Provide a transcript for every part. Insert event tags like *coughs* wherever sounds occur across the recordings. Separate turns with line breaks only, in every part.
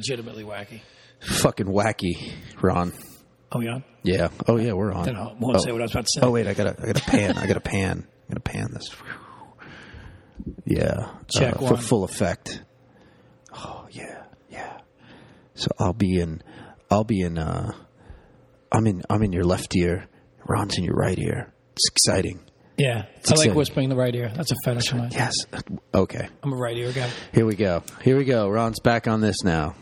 legitimately wacky.
Fucking wacky, Ron.
Oh yeah.
Yeah. Oh yeah, we're on.
Then I won't
oh.
say what I was about to say.
Oh wait, I gotta, I gotta pan. I gotta pan. I gotta pan this. Yeah.
Check
uh, for
one.
full effect. Oh yeah, yeah. So I'll be in. I'll be in. Uh, I'm in. I'm in your left ear. Ron's in your right ear. It's exciting.
Yeah. I
exciting.
like whispering in the right ear. That's a fetish
*laughs*
of mine.
Yes. Okay.
I'm a right ear guy.
Here we go. Here we go. Ron's back on this now.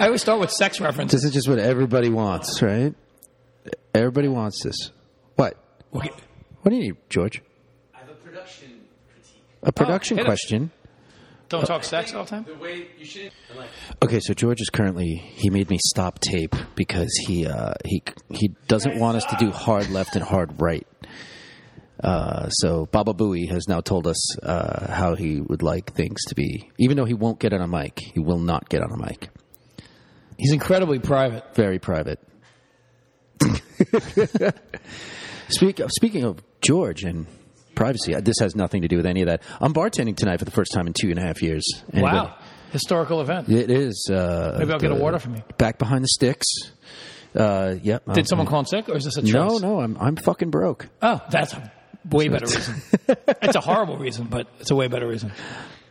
I always start with sex references.
This is just what everybody wants, right? Everybody wants this. What?
Okay.
What do you need, George?
I have a production critique.
A production
hit us.
question.
Don't talk sex all the time.
The way you shouldn't. I'm like,
Okay, so George is currently he made me stop tape because he uh, he he doesn't want us to do hard left and hard right. Uh, so Baba Booey has now told us uh, how he would like things to be, even though he won't get on a mic. He will not get on a mic.
He's incredibly private.
Very private. *laughs* Speak, speaking of George and privacy, uh, this has nothing to do with any of that. I'm bartending tonight for the first time in two and a half years. Anybody-
Wow. Historical event.
It is. Uh,
Maybe I'll get a
the-
water from you.
Back behind the sticks. Uh, yep.
Did someone call in sick or is this a choice?
No, no, I'm I'm fucking broke.
Oh, that's a way better reason. it's a horrible reason, but it's a way better
*laughs*
reason.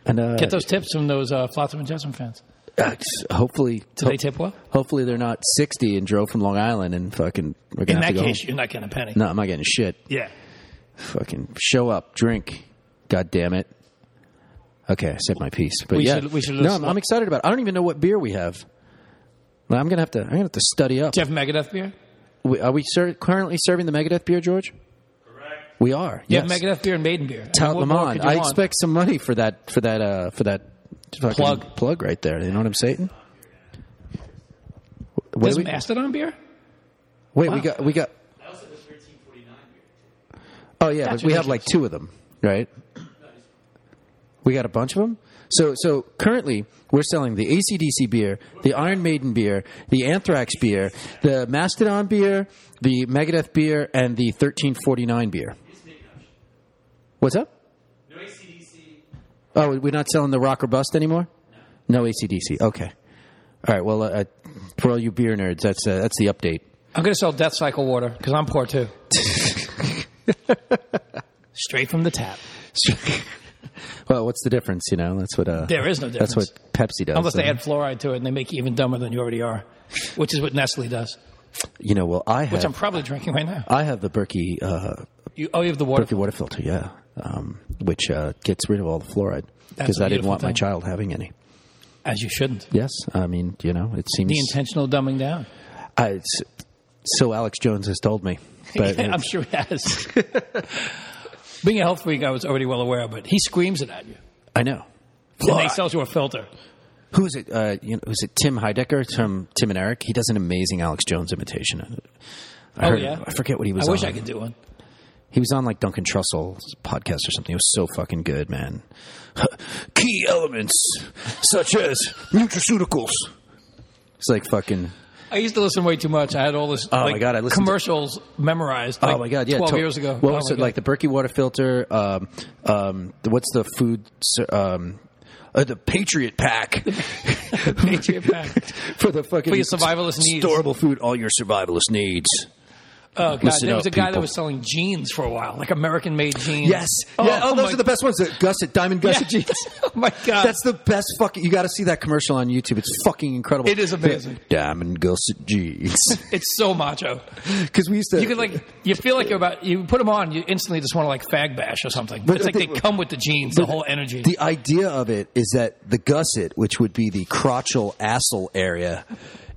And uh,
Get those tips from those uh, Flotsam and Jetsam fans.
uh, s- hopefully,
Do they tip well?
hopefully they're not 60 and drove from Long Island and fucking. We're gonna
In
have
that
to go
case,
home.
you're not getting a penny.
no, I'm not getting shit.
Yeah.
Fucking show up, drink. God damn it. Okay, I said my piece, but
We
yeah,
should- we should
no,
list
I'm,
what-
I'm excited about. It. I don't even know what beer we have. Well, I'm gonna have to. I'm gonna have to study up.
Do you have Megadeth beer?
We- Are we ser- currently serving the Megadeth beer, George? Correct. We are.
You
yes.
have Megadeth beer and Maiden beer. I mean,
tout
what
them
more
on.
could you
I
want?
expect some money for that for that uh, for that fucking
Plug.
plug right there. You know what I'm saying? What
Does
do we,
Mastodon beer?
wait, we
wow.
got we got.
I also have a 1349 beer.
Oh yeah,
That's
but we have like two of them, right? We got a bunch of them. So so currently we're selling the ACDC beer, the Iron Maiden beer, the Anthrax beer, the Mastodon beer, the Megadeth beer, and the 1349 beer. What's up?
No ACDC.
Oh, we're not selling the rock or bust anymore. No ACDC. Okay. All right. Well, uh, for all you beer nerds, that's uh, that's the update.
I'm going to sell Death Cycle water because I'm poor
*laughs*
too. Straight from the tap.
*laughs* well, what's the difference? You know, that's what. Uh,
There is no
That's what Pepsi does.
Unless they
Uh,
add fluoride to it and they make you even dumber than you already are, which is what Nestle does,
You know, well, I
which I'm
have
probably drinking right now.
I have the Berkey uh,
You, oh, you have the water.
Berkey water filter, yeah, um, which uh, gets rid of all the fluoride
That's
because
a
I didn't
beautiful
want my
thing.
child having any.
As you shouldn't.
Yes, I mean, you know, it seems
The intentional dumbing down.
I, it's, so. Alex Jones has
*laughs*
told me, but uh,
I'm sure he has. *laughs* Being a health freak, I was already well aware, but he screams it at you.
I know.
And they
Fluoride.
sells you a filter.
Who is it? Uh, you know, is it Tim Heidecker from Tim and Eric? He does an amazing Alex Jones imitation. I
Oh,
heard-
yeah?
I forget what he was.
I wish
on.
I could do one.
He was on like Duncan Trussell's podcast or something. It was so fucking good, man. *laughs* Key elements such as nutraceuticals. It's like fucking.
I used to listen way too much. I had all this
Oh,
like,
my God, I listened to-
commercials memorized.
oh
like,
my god! Yeah,
twelve
to-
years ago. Oh,
What was
my
it
God.
like? The Berkey water filter. Um, um, what's the food? ser- Um, uh, the
*laughs*
Patriot Pack.
Patriot Pack.
for the fucking
For your survivalist needs.
Storable food, all your survivalist needs.
Oh god,
Listen
there
up,
was a guy that
people.
was selling jeans for a while, like American made jeans.
Yes. yeah. Oh, those
my-
are the best ones. The gusset, diamond gusset
*laughs* Yeah.
jeans.
*laughs* oh my god,
That's the best fucking. You got to see that commercial on YouTube. It's fucking incredible.
It is amazing.
Diamond gusset jeans. *laughs*
it's so macho.
Because we used to.
You could like, you feel like you're about. You put them on, you instantly just want to like fag bash or something.
But
it's like
the-
they come with the jeans, the whole energy.
The idea of it is that the gusset, which would be the crotchal asshole area,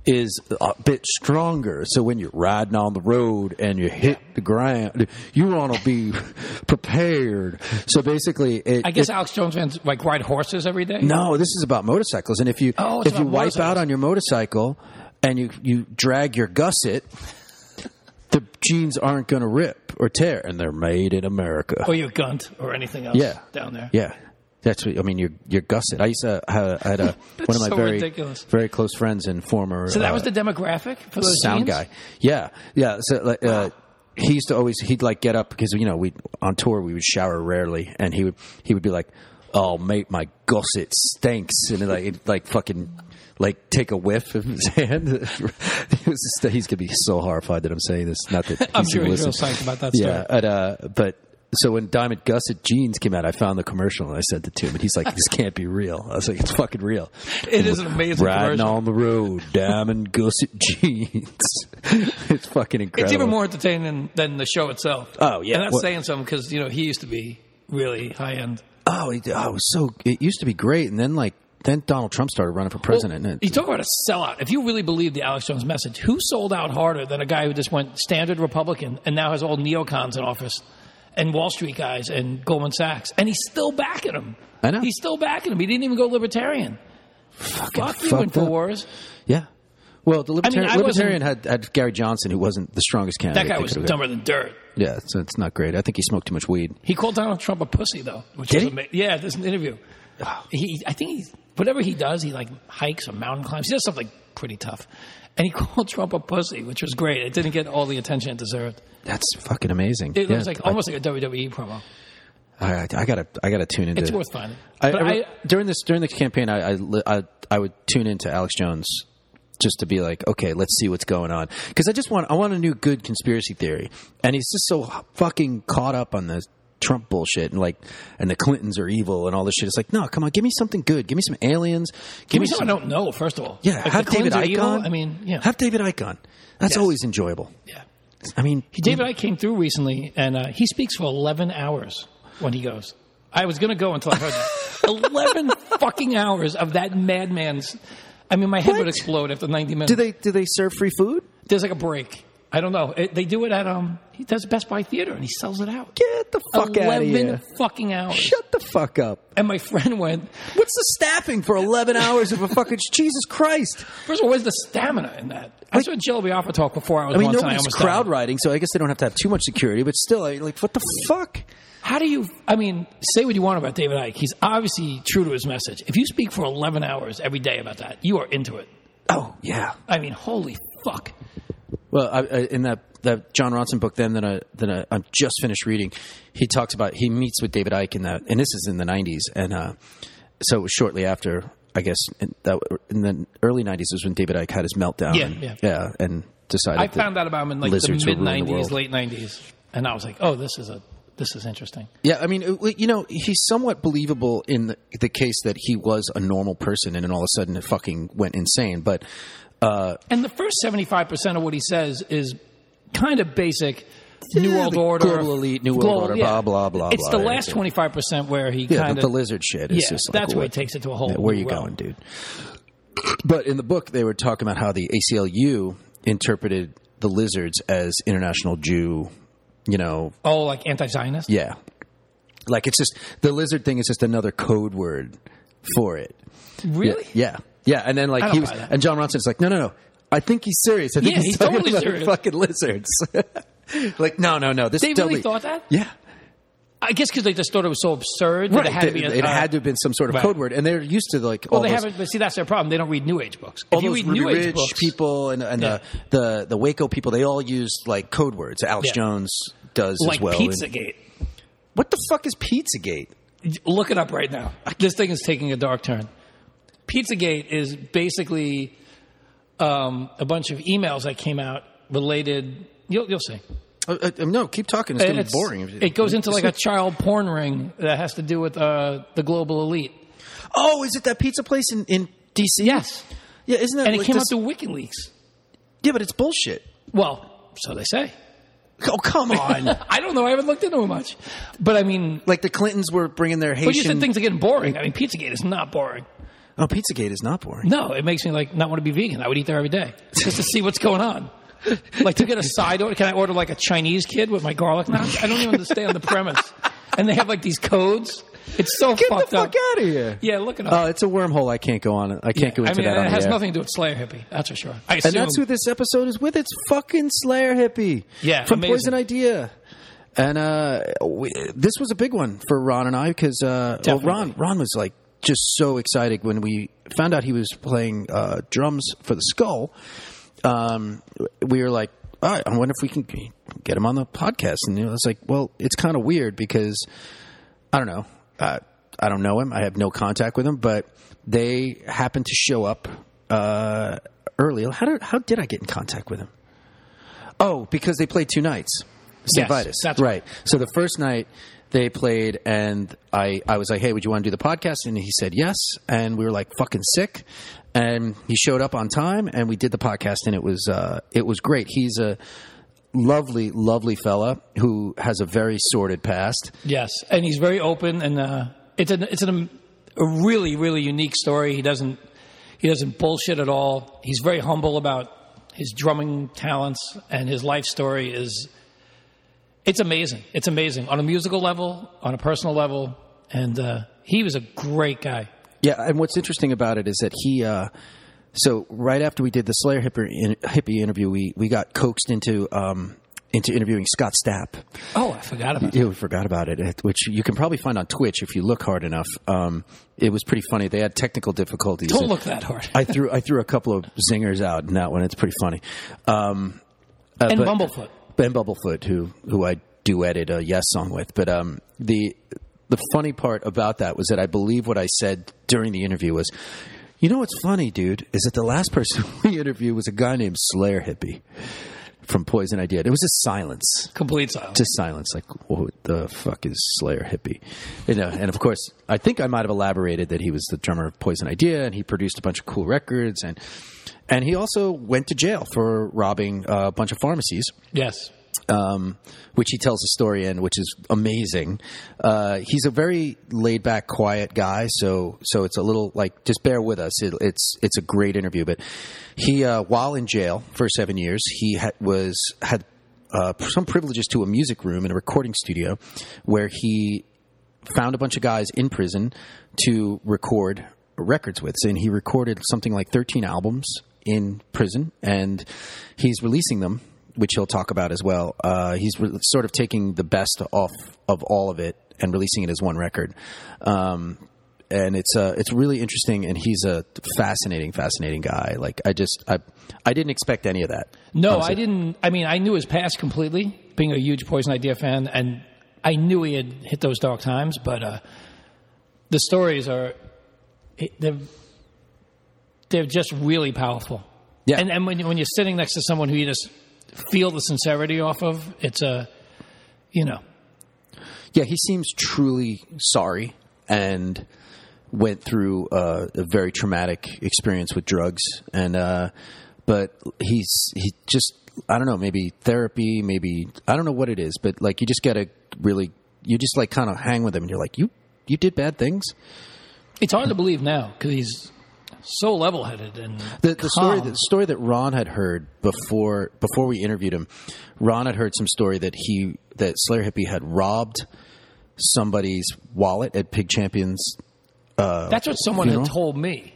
is a bit stronger. So when you're riding on the road and you hit the ground, you want to be *laughs* prepared. So basically, it,
I guess Alex Jones fans like ride horses every day.
No, this is about motorcycles. And if you
Oh, it's
if you
about
wipe out
motorcycles.
on your motorcycle and you you drag your gusset, the jeans aren't going to rip or tear, and they're made in America.
or your gunt or anything else.
Yeah.
down there.
Yeah. That's what I mean. Your your gusset. I used to have I
*laughs*
had a one of my
so
very
ridiculous.
very close friends and former
So that
uh,
was the demographic for those
sound
jeans?
guy. Yeah, yeah. So like, uh, he used to always he'd like get up because you know we on tour we would shower rarely, and he would he would be like, "Oh mate, my gusset stinks," and like it, like fucking like take a whiff of his *laughs* hand. It was just- he's gonna be so horrified that I'm saying this. Not that he's
*laughs* I'm sure
gonna
he's
listen.
real psyched about that story.
Yeah, but, uh, but so when Diamond Gusset jeans came out, I found the commercial and I sent it to him, and he's like, "This can't be real." I was like, "It's fucking real."
It is an amazing
Riding
commercial.
on the road, Diamond Gusset jeans. *laughs* it's fucking incredible.
It's even more entertaining than, than the show itself.
Oh, yeah.
and that's
What-
saying something because you know he used to be really high end.
Oh, it, oh, it was so. It used to be great, and then like then Donald Trump started running for president, and
You talk about a sellout. If you really believe the Alex Jones message, who sold out harder than a guy who just went standard Republican and now has all neocons in office and Wall Street guys and Goldman Sachs? And he's still backing him.
I know.
He's still backing him. He didn't even go libertarian.
fucking
Fuck you,
fucked
went for
up.
wars.
Yeah. Well, the libertarian,
I wasn't-
libertarian had, had Gary Johnson, who wasn't the strongest
That
candidate.
guy
they
was
could've
dumber than dirt.
got. Yeah, so it's not great. I think he smoked too much weed.
He called Donald Trump a pussy, though. Which
Did
was
he?
ama- Yeah, there's an interview. He, I think he's, whatever he does, he like hikes or mountain climbs. He does something pretty tough. And he *laughs* called Trump a pussy, which was great. It didn't get all the attention it deserved.
That's fucking amazing.
It
yeah,
was like
I-
almost like a WWE promo.
I, I, gotta, I gotta tune into.
It's worth finding.
I,
but
I re-
I-
during this during the campaign, I, I li- I I would tune into Alex Jones just to be like, okay, let's see what's going on because I just want I want a new good conspiracy theory, and he's just so fucking caught up on the Trump bullshit and like and the Clintons are evil and all this shit. It's like, no, come on, give me something good, give me some aliens, give,
Give me something I don't know. First of all,
Yeah,
Like,
have
the
David
Clintons are
Icon.
evil? I mean, yeah,
have David Icon. That's
Yes.
always enjoyable.
yeah.
I mean,
He, David, I came through recently, and uh, he speaks for eleven hours when he goes. I was going to go until I heard
*laughs*
that. eleven fucking hours of that madman's. I mean, my head
What?
would explode after ninety minutes.
do they do they serve free food?
There's like a break. I don't know. It, they do it at um. He does Best Buy Theater, and he sells it out.
Get the fuck out of
eleven
here!
fucking hours.
Shut the fuck up.
And my friend went.
What's the staffing for 11 hours of a fucking *laughs* Jesus Christ?
First of all, where's the stamina in that? I saw Jill Biafra talk before I was.
I mean,
one time, I
nobody's
almost died.
crowd riding, so I guess they don't have to have too much security, but still, I mean, like, what the fuck?
How do you? I mean, say what you want about David Icke. He's obviously true to his message. If you speak for eleven hours every day about that, you are into it.
Oh, yeah.
I mean, holy fuck!
Well, I, I, in that, that John Ronson book, then that, I, that I, I'm just finished reading, he talks about he meets with David Icke in that, and this is in the 90s, and uh, so it was shortly after, I guess, in, that, in the early 90s was when David Icke had his meltdown.
Yeah,
and,
yeah.
and decided.
I
that
found out about him in like the
lizards will
mid
ruin the
'90s,
world.
late '90s, and I was like, oh, this is a this is interesting.
Yeah, I mean, it- you know, he's somewhat believable in the, the case that he was a normal person and then all of a sudden it fucking went insane. But
And the first seventy-five percent of what he says is kind of basic. New
Yeah,
World
the
Order,
global elite, New World Order, blah, blah, blah,
It's
blah,
the last
everything.
twenty-five percent where he
yeah,
kind
the,
of
the lizard shit is
yeah,
just like
that's where
what,
he takes it to a whole.
where you
new realm.
going, dude? But in the book, they were talking about how the ACLU interpreted the lizards as international Jew, you know,
Oh, like anti-Zionist?
Yeah. Like it's just the lizard thing is just another code word for it.
Really?
Yeah. Yeah. And then
I
like
don't
he was
buy that.
and John Ronson's like, no, no, no. I think he's serious. I think
Yeah,
he's
he's
talking
totally
about
serious."
fucking lizards. *laughs* like, no, no, no. This
They really
doubly-
thought that?
Yeah.
I guess because they just thought it was so absurd that
Right.
it had to be. A,
it
uh,
had to have been some sort of
right.
code word. And they're used to like
Well,
all
they
those,
haven't. But see, that's their problem. They don't read New Age books.
all
if you
those
read
Ruby
New Age
Ridge
books,
people and, and
Yeah.
the, the the Waco people, they all use like code words. Alex
Yeah.
Jones does
like
as well. And-
Pizzagate,
what the fuck is Pizzagate?
look it up right now. This thing is taking a dark turn. Pizzagate is basically um, a bunch of emails that came out related. You'll, you'll see.
Uh, uh, no, keep talking. It's going to be
It's-
boring.
It goes into
*laughs*
like a child porn ring that has to do with uh, the global elite.
Oh, is it that pizza place in, in DC?
Yes,
Yeah, isn't that
and it
like
came
this-
out through WikiLeaks.
Yeah, but it's bullshit.
Well, so they say.
Oh,
*laughs*
come on.
I don't know. I haven't looked into it much, but I mean,
like the Clintons were bringing their Haitian
But you said things are getting boring. I mean, Pizzagate is not boring.
Oh, Pizzagate is not boring.
No, it makes me like not want to be vegan. I would eat there every day just to see what's going on. Like to get a side order, can I order like a Chinese kid with my garlic knots? I don't even understand the premise. And they have like these codes. It's so
Get
fucked
the fuck
up.
out of here.
Yeah, look it up.
Oh, it's a wormhole I can't go on. I can't go
I
into
mean,
that on
it has
the air.
nothing to do with Slayer hippie. That's for sure. I assume.
And that's who this episode is with. It's fucking Slayer hippie.
Yeah,
from
amazing.
Poison Idea. And uh, we, this was a big one for Ron and I because uh, well,
Definitely.
Ron Ron was like just so excited when we found out he was playing uh, drums for the Skull. Um, we were like, All right, I wonder if we can get him on the podcast. And you know, it's like, well, it's kind of weird because I don't know. Uh, I don't know him. I have no contact with him, but they happened to show up uh, early. How did how did I get in contact with him? Oh, because they played two nights.
Yes,
St. Vitus.
that's
right. So the first night they played, and I, I was like, hey, would you want to do the podcast? And he said yes. And we were like, fucking sick. And he showed up on time, and we did the podcast, and it was uh, it was great. He's a lovely, lovely fella who has a very sordid past.
Yes, and he's very open, and uh, it's an it's an, a really really unique story. He doesn't he doesn't bullshit at all. He's very humble about his drumming talents, and his life story is it's amazing. It's amazing on a musical level, on a personal level, and uh, he was a great guy.
Yeah, and what's interesting about it is that he. Uh, so right after we did the Slayer hippie, in, hippie interview, we we got coaxed into um, into interviewing Scott Stapp.
Oh, I forgot about that.
Yeah, we forgot about it, it- which you can probably find on Twitch if you look hard enough. Um, it was pretty funny. They had technical difficulties.
Don't look that hard.
I threw I threw a couple of zingers out in that one. It's pretty funny. Um, uh,
and
but-
Bumblefoot.
Ben Bumblefoot, who who I duetted a Yes song with. But um, the the funny part about that was that I believe what I said during the interview was, you know what's funny, dude, is that the last person *laughs* we interviewed was a guy named Slayer Hippie from Poison Idea. It was just silence.
Complete silence.
Just silence, like what the fuck is Slayer hippie? You know, and of course, I think I might have elaborated that he was the drummer of Poison Idea, and he produced a bunch of cool records, and and he also went to jail for robbing uh, a bunch of pharmacies
Yes.
um, which he tells a story in, which is amazing. Uh, he's a very laid back, quiet guy, so so it's a little like just bear with us. It, it's it's a great interview, but he uh, while in jail for seven years, he had, was had uh, some privileges to a music room in a recording studio where he found a bunch of guys in prison to record records with. And he recorded something like 13 albums in prison, and he's releasing them, which he'll talk about as well. Uh, he's re- sort of taking the best off of all of it and releasing it as one record. Um, and it's uh, it's really interesting, and he's a fascinating, fascinating guy. Like I just I I didn't expect any of that.
No,
honestly.
I didn't. I mean, I knew his past completely, being a huge Poison Idea fan, and I knew he had hit those dark times. But uh, the stories are it- they're they're just really powerful.
Yeah.
and and when you- when you're sitting next to someone who you just feel the sincerity off of, it's a you know
Yeah, he seems truly sorry and went through uh, a very traumatic experience with drugs and uh, but he's he just I don't know maybe therapy maybe I don't know what it is but like you just gotta really you just like kind of hang with him and you're like you you did bad things
it's hard to believe now because he's so level headed and
the, the story
calm.
the story that Ron had heard before before we interviewed him, Ron had heard some story that he that Slayer hippie had robbed somebody's wallet at Pig Champions. Oh.
That's what someone
funeral?
had told me,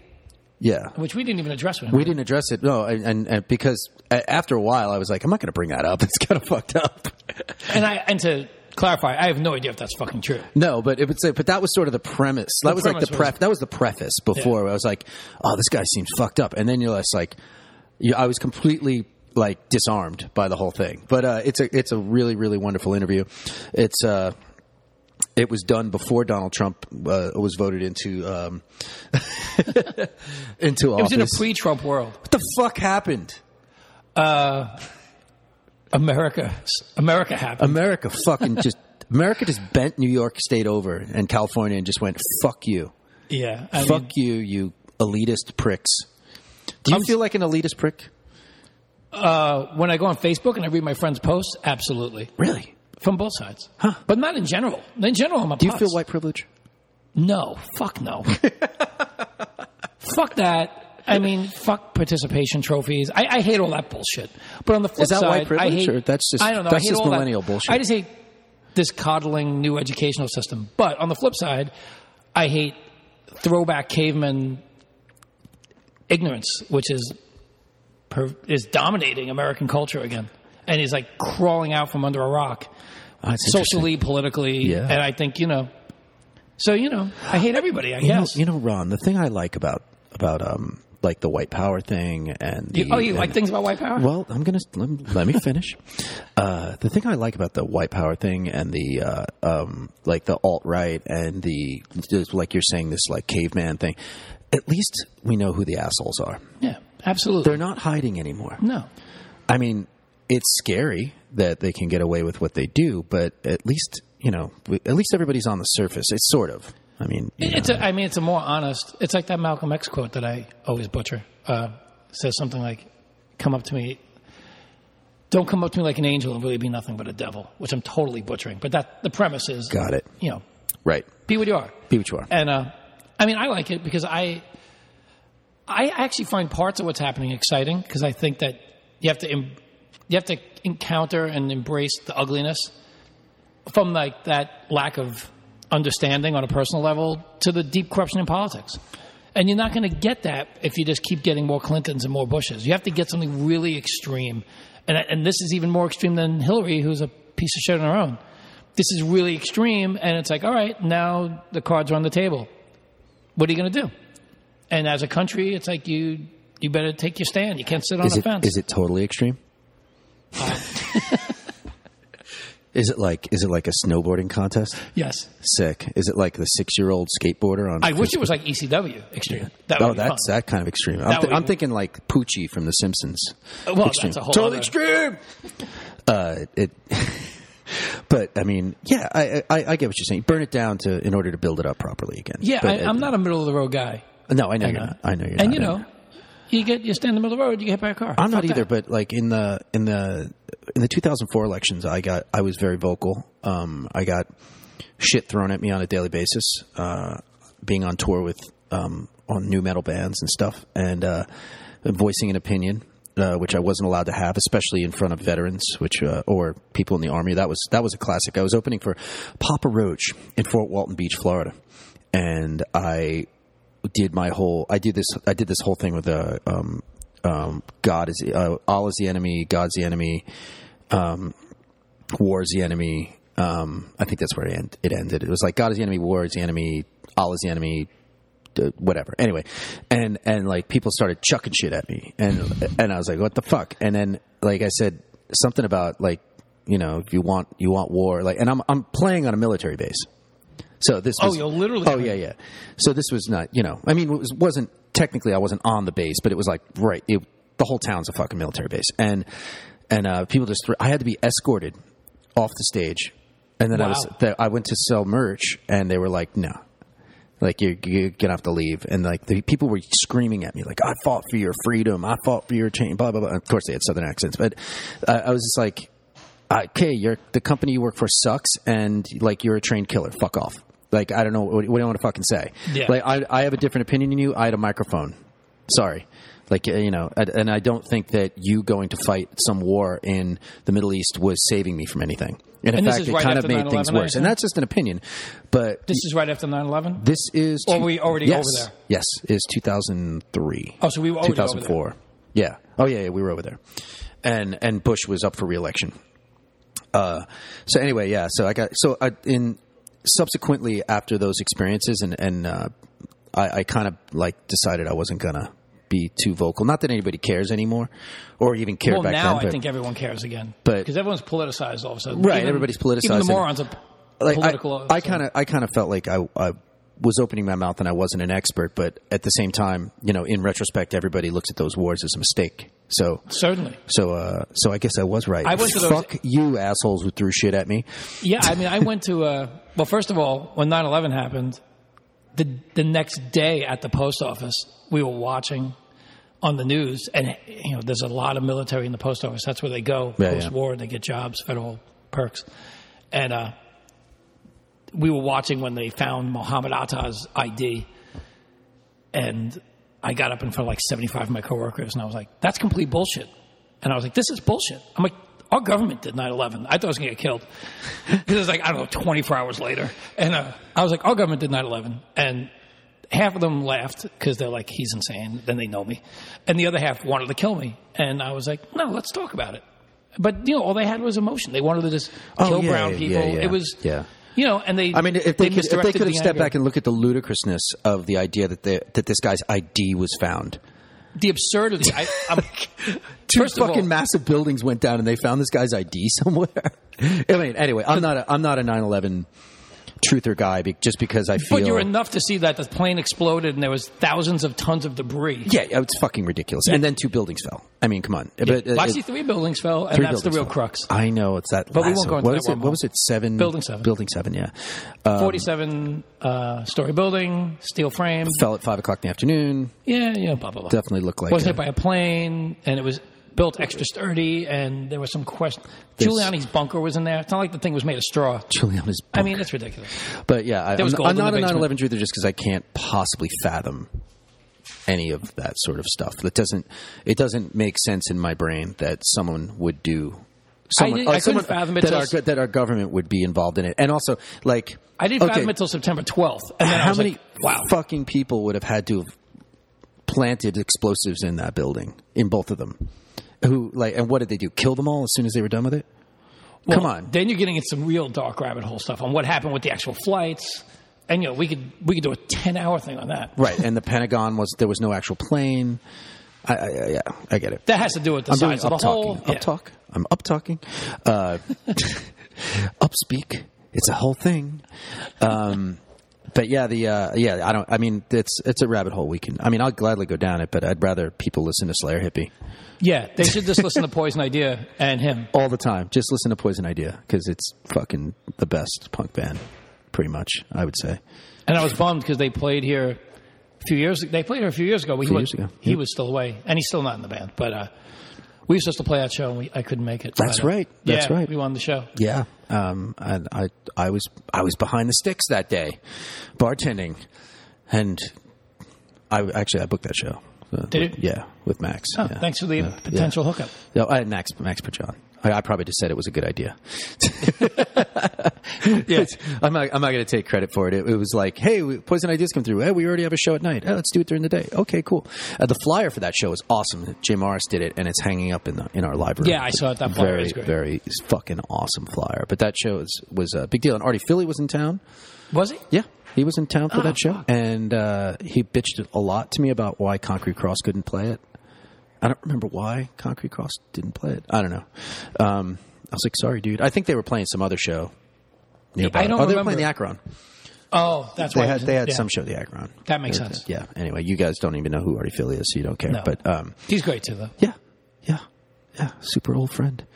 Yeah,
which we didn't even address. With him.
we didn't address it. No, and, and, and because a- after a while, I was like, I'm not going to bring that up. *laughs* It's kind of fucked up.
and I and to clarify, I have no idea if that's fucking true.
No, but it would say, but that was sort of the premise. That was like
premise
the
was-
pref. That was the preface before. I was like, oh, this guy seems fucked up, and then you're just like, you, I was completely like disarmed by the whole thing. But uh, it's a it's a really really wonderful interview. It's uh, it was done before Donald Trump uh, was voted into um, *laughs* into
It
office.
was in a pre-Trump world.
what the fuck happened?
America, America happened.
America fucking just America just bent New York State over and California and just went fuck you,
yeah, I
fuck
mean,
you, you elitist pricks. Do you
I'm-
feel like an elitist prick?
uh, when I go on Facebook and I read my friends' posts, absolutely
Really?
from both sides. Huh? But not in general. In general, I'm a.
Do you feel white privilege?
No, fuck no. fuck that. I mean, fuck participation trophies. I, I hate all that bullshit. But on the flip
Is that
side,
white
I
privilege,
hate,
or that's just-
I don't know.
that's
I hate
just
all that-
millennial bullshit?
I just hate this coddling new educational system. But on the flip side, I hate throwback caveman ignorance, which is per, is dominating American culture again, and is like crawling out from under a rock,
that's
socially, politically,
Yeah.
and I think you know. So you know, I hate everybody. I
You know,
guess.
you know, Ron. The thing I like about about um like the white power thing and the,
You- oh, you like
and-
things about white power?
Well, I'm gonna let me, let me finish. Uh, the thing I like about the white power thing and the uh, um, like the alt right and the just like you're saying this like caveman thing at least we know who the assholes are.
Yeah, absolutely.
They're not hiding anymore.
No.
I mean, it's scary that they can get away with what they do, but at least you know, we- at least everybody's on the surface. It's sort of. I mean, you
It's
know.
a, I mean, it's a more honest. It's like that Malcolm X quote that I always butcher. Uh, says something like, "Come up to me, don't come up to me like an angel and really be nothing but a devil," which I'm totally butchering. But that the premise is,
got it
you know,
right.
be what you are.
Be what you are.
And uh, I mean, I like it because I, I actually find parts of what's happening exciting because I think that you have to, em- you have to encounter and embrace the ugliness from like that lack of understanding on a personal level to the deep corruption in politics. And you're not going to get that if you just keep getting more Clintons and more Bushes. You have to get something really extreme, and and this is even more extreme than Hillary, who's a piece of shit on her own. This is really extreme, and it's like, all right, now the cards are on the table. What are you going to do? And as a country, it's like you you better take your stand. You can't sit on
Is
a
it
fence.
is it
*laughs*
totally extreme? is it like is it like a snowboarding contest?
yes,
Sick. Is it like the six year old skateboarder on?
I wish it was like ECW extreme. That
Oh,
would be
that's
fun.
that kind of extreme. I'm,
That
thi-
would- Uh,
I'm thinking like Poochie from The Simpsons.
Well,
extreme.
that's a whole other-
totally extreme. Uh, it. *laughs* But I mean, yeah, I, I I get what you're saying. Burn it down to in order to build it up properly again.
Yeah,
But
I,
it-
I'm not a middle of the road guy.
No, I know
I
you're
know.
not. I know you're not.
and you
I
know, you get you stand in the middle of the road, you get hit by a car.
I'm
Fuck
not either,
that.
but like in the in the in the 2004 elections, I got I was very vocal. Um, I got shit thrown at me on a daily basis. Uh, being on tour with um, on new metal bands and stuff, and uh, voicing an opinion. Uh, which I wasn't allowed to have, especially in front of veterans, which uh, or people in the army. That was that was a classic. I was opening for Papa Roach in Fort Walton Beach, Florida, and I did my whole I did this I did this whole thing with uh, um, um, God is uh, all is the enemy, God's the enemy, um, war is the enemy. Um, I think that's where it, end, it ended. It was like God is the enemy, war is the enemy, all is the enemy, d- whatever. Anyway, and and like people started chucking shit at me, and and I was like, what the fuck? And then like I said something about like you know if you want you want war like, and I'm I'm playing on a military base. So this
Oh,
was,
you're literally-
oh yeah yeah. So this was not you know I mean it was, wasn't technically I wasn't on the base but it was like right it, the whole town's a fucking military base and and uh, people just threw, I had to be escorted off the stage and then I was
Wow.
that I went to sell merch and they were like no like you're, you're gonna have to leave and like the people were screaming at me like i fought for your freedom i fought for your change blah blah blah of course they had southern accents but i, I was just like okay you're the company you work for sucks and like you're a trained killer fuck off like i don't know what, what do i want to fucking say
Yeah.
like I, I have a different opinion than you i had a microphone sorry like uh, you know and- and i don't think that you going to fight some war in the middle east was saving me from anything and in
And this
fact
is
it
right
kind of
after
made things
9/11,
worse
I
and that's just an opinion but
This is right after 9/11.
this is.
Or
two-
were we already
yes,
over there?
Yes, is two thousand three.
Oh, so we were already
two
over there.
thousand four. Yeah. Oh yeah, yeah, we were over there, and and Bush was up for reelection. Uh, so anyway, yeah. So I got so I, in subsequently after those experiences, and and uh, I, I kind of like decided I wasn't gonna be too vocal. Not that anybody cares anymore, or even cared
Well,
back
now
then.
I
but-
think everyone cares again,
But-
because everyone's politicized all of a sudden.
Right,
Even-
everybody's
Even the
politicized and-
morons are p-
like
political.
I kind of I kind of felt like I, I was opening my mouth and I wasn't an expert, but at the same time, you know, in retrospect, everybody looks at those wars as a mistake. So
certainly.
so uh, so I guess I was right.
I went to those-
Fuck you, assholes who threw shit at me.
Yeah, I mean, I went to. Uh, well, first of all, when 9/11 happened, the the next day at the post office, we were watching on the news, and you know, there's a lot of military in the post office. That's where they go
Yeah, yeah.
post war. They get jobs, federal perks, and uh, we were watching when they found Mohammed Atta's ID, and I got up in front of like 75 of my coworkers, and I was like, "That's complete bullshit." And I was like, "This is bullshit." I'm like, "Our government did 9/11. I thought I was going to get killed." *laughs* Because it was like I don't know, 24 hours later, and uh, I was like, "Our government did 9/11," and half of them laughed because they're like, "He's insane." Then they know me, and the other half wanted to kill me, and I was like, "No, let's talk about it." But you know, all they had was emotion. They wanted to just
Oh,
kill
yeah,
brown
yeah,
people.
yeah,
It was,
yeah.
you know, and they.
I mean, if they, could, if they
misdirected
could have
the
stepped
anger.
back and looked at the ludicrousness of the idea that they, that this guy's ID was found.
the absurdity. I,
*laughs*
I'm,
Two
first
fucking
of all,
massive buildings went *laughs* down, and they found this guy's ID somewhere. I mean, anyway, I'm not a, I'm not a 9/11 truth or guy be, just because I feel.
But you're enough to see that the plane exploded and there was thousands of tons of debris.
yeah, it's fucking ridiculous. And then two buildings fell. I mean, come on. But, uh,
Well,
it-
actually, three buildings fell, and
Three
that's the
buildings
real
fell.
crux.
I know it's that.
But we
last
won't go
one.
into
what
that
was it?
wormhole.
What was it? Seven.
Building seven.
Building seven. Yeah. Um,
47 uh, story building, steel frame.
fell at five o'clock in the afternoon.
Yeah, you know, blah, blah, blah.
Definitely looked like.
was
a-
hit by a plane, and it was built extra sturdy, and there was some question. Giuliani's bunker was in there. It's not like the thing was made of straw.
Juliana's.
I mean, it's ridiculous.
but yeah, I,
There was
I'm,
gold
I'm
in
not
the
a
basement.
9/11 truther just because I can't possibly fathom any of that sort of stuff. That doesn't. It doesn't make sense in my brain that someone would do. Someone, uh,
didn't- I couldn't
someone
fathom it
that
till
our,
s-
that our government would be involved in it, and also like
I didn't
okay,
fathom it until September 12th. And then I
how
was
many
like, wow.
fucking people would have had to have planted explosives in that building in both of them who like and what did they do kill them all as soon as they were done with it
Well,
come on
Then you're getting into some real dark rabbit hole stuff on what happened with the actual flights. And, you know, we could, we could do a 10 hour thing on that.
right and the pentagon was there was no actual plane i, I I- yeah i get it
That has to do with the
i'm doing
size of the
up
hole.
talking
Yeah.
up talk i'm up talking uh *laughs* up speak it's a whole thing um but yeah the uh yeah i don't i mean it's it's a rabbit hole we can i mean i'll gladly go down it but i'd rather people listen to slayer hippie
Yeah, they should just listen to Poison Idea and him.
all the time. Just listen to Poison Idea because it's fucking the best punk band, pretty much. I would say.
And I was bummed because they played here a few years. They played here a few years ago. We
Few
was,
years ago,
He
yeah.
was still away, and he's still not in the band. But uh, we were supposed to play that show, and we, I couldn't make it.
That's
But, uh,
right. That's
yeah,
right.
We won the show.
Yeah, um, and I I was I was behind the sticks that day, bartending, and I actually I booked that show. Uh,
Did you?
Yeah, with Max.
Oh,
yeah.
Thanks for the
Yeah,
potential
Yeah.
hookup.
No, I, Max Max Perchon. I, I probably just said it was a good
*laughs*
idea. It's- *laughs* I'm not, I'm not going to take credit for it. It, it was like, hey, we, Poison Ideas come through. Hey, we already have a show at night. Hey, let's do it during the day. Okay, cool. Uh, the flyer for that show is awesome. Jay Morris did it, and it's hanging up in the in our library.
Yeah, I saw it. That flyer
very
is great.
very fucking awesome flyer. But that show is, was a big deal. And Artie Philly was in town.
Was he?
Yeah, he was in town for
Oh,
that show,
fuck.
and uh, he bitched a lot to me about why Concrete Cross couldn't play it. I don't remember why Concrete Cross didn't play it. I don't know. Um, I was like, sorry, dude. I think they were playing some other show. nearby.
I don't
oh, they were
remember.
playing the Akron.
Oh, that's
They
why he
had
was in-
they had
yeah.
some show at the Akron.
That makes
They were-
sense.
Yeah. Anyway, you guys don't even know who Artie Philly is, so you don't care.
No.
But um,
He's great too, though.
yeah, yeah, yeah. Super old friend.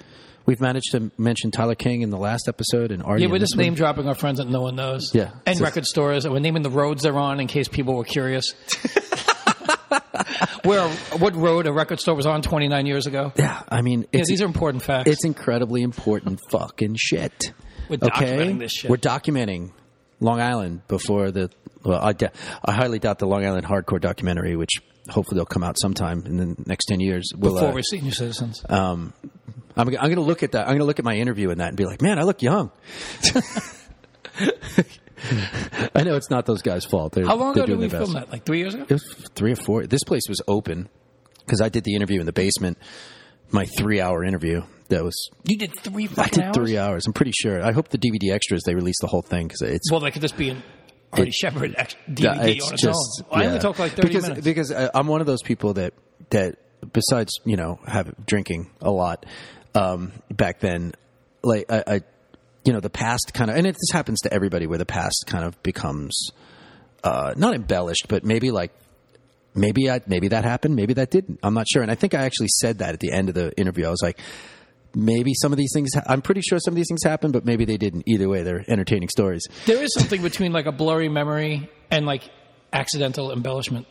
We've managed to mention Tyler King in the last episode and Artie.
Yeah,
in
we're
this
just
one.
name dropping our friends that no one knows.
Yeah.
And
So-
record stores. And we're naming the roads they're on in case people were curious.
*laughs*
Where, what road a record store was on 29 years ago.
Yeah, I mean,
Yeah,
it's,
these are important facts.
It's incredibly important fucking shit.
We're documenting this shit.
We're documenting Long Island before the. Well, I, d- I highly doubt the Long Island hardcore documentary, which hopefully they'll come out sometime in the next ten years. Will,
before
uh,
we're senior citizens.
I'm, g- I'm going to look at that. I'm going to look at my interview in that and be like, man, I look young. *laughs* I know it's not those guys' fault. They're,
How long
they're
ago did
doing
we
their best.
film that? Like three years ago?
It was three or four. This place was open because I did the interview in the basement. My three-hour interview that was
You did three
I
fucking
did three hours. I'm pretty sure. I hope the DVD extras they release the whole thing because it's
Well, that could just be an Artie Shepherd ex- DVD on
it's
its
just.
own. I
yeah.
only talked like 30
because,
minutes.
Because I, I'm one of those people that that besides you know have drinking a lot um, back then, like I, I, you know, the past kind of and it this happens to everybody where the past kind of becomes uh, not embellished, but maybe like. Maybe I, maybe that happened. Maybe that didn't. I'm not sure. And I think I actually said that at the end of the interview. I was like, maybe some of these things. Ha- I'm pretty sure some of these things happened, but maybe they didn't. Either way, they're entertaining stories.
there is something between like a blurry memory and like accidental embellishment.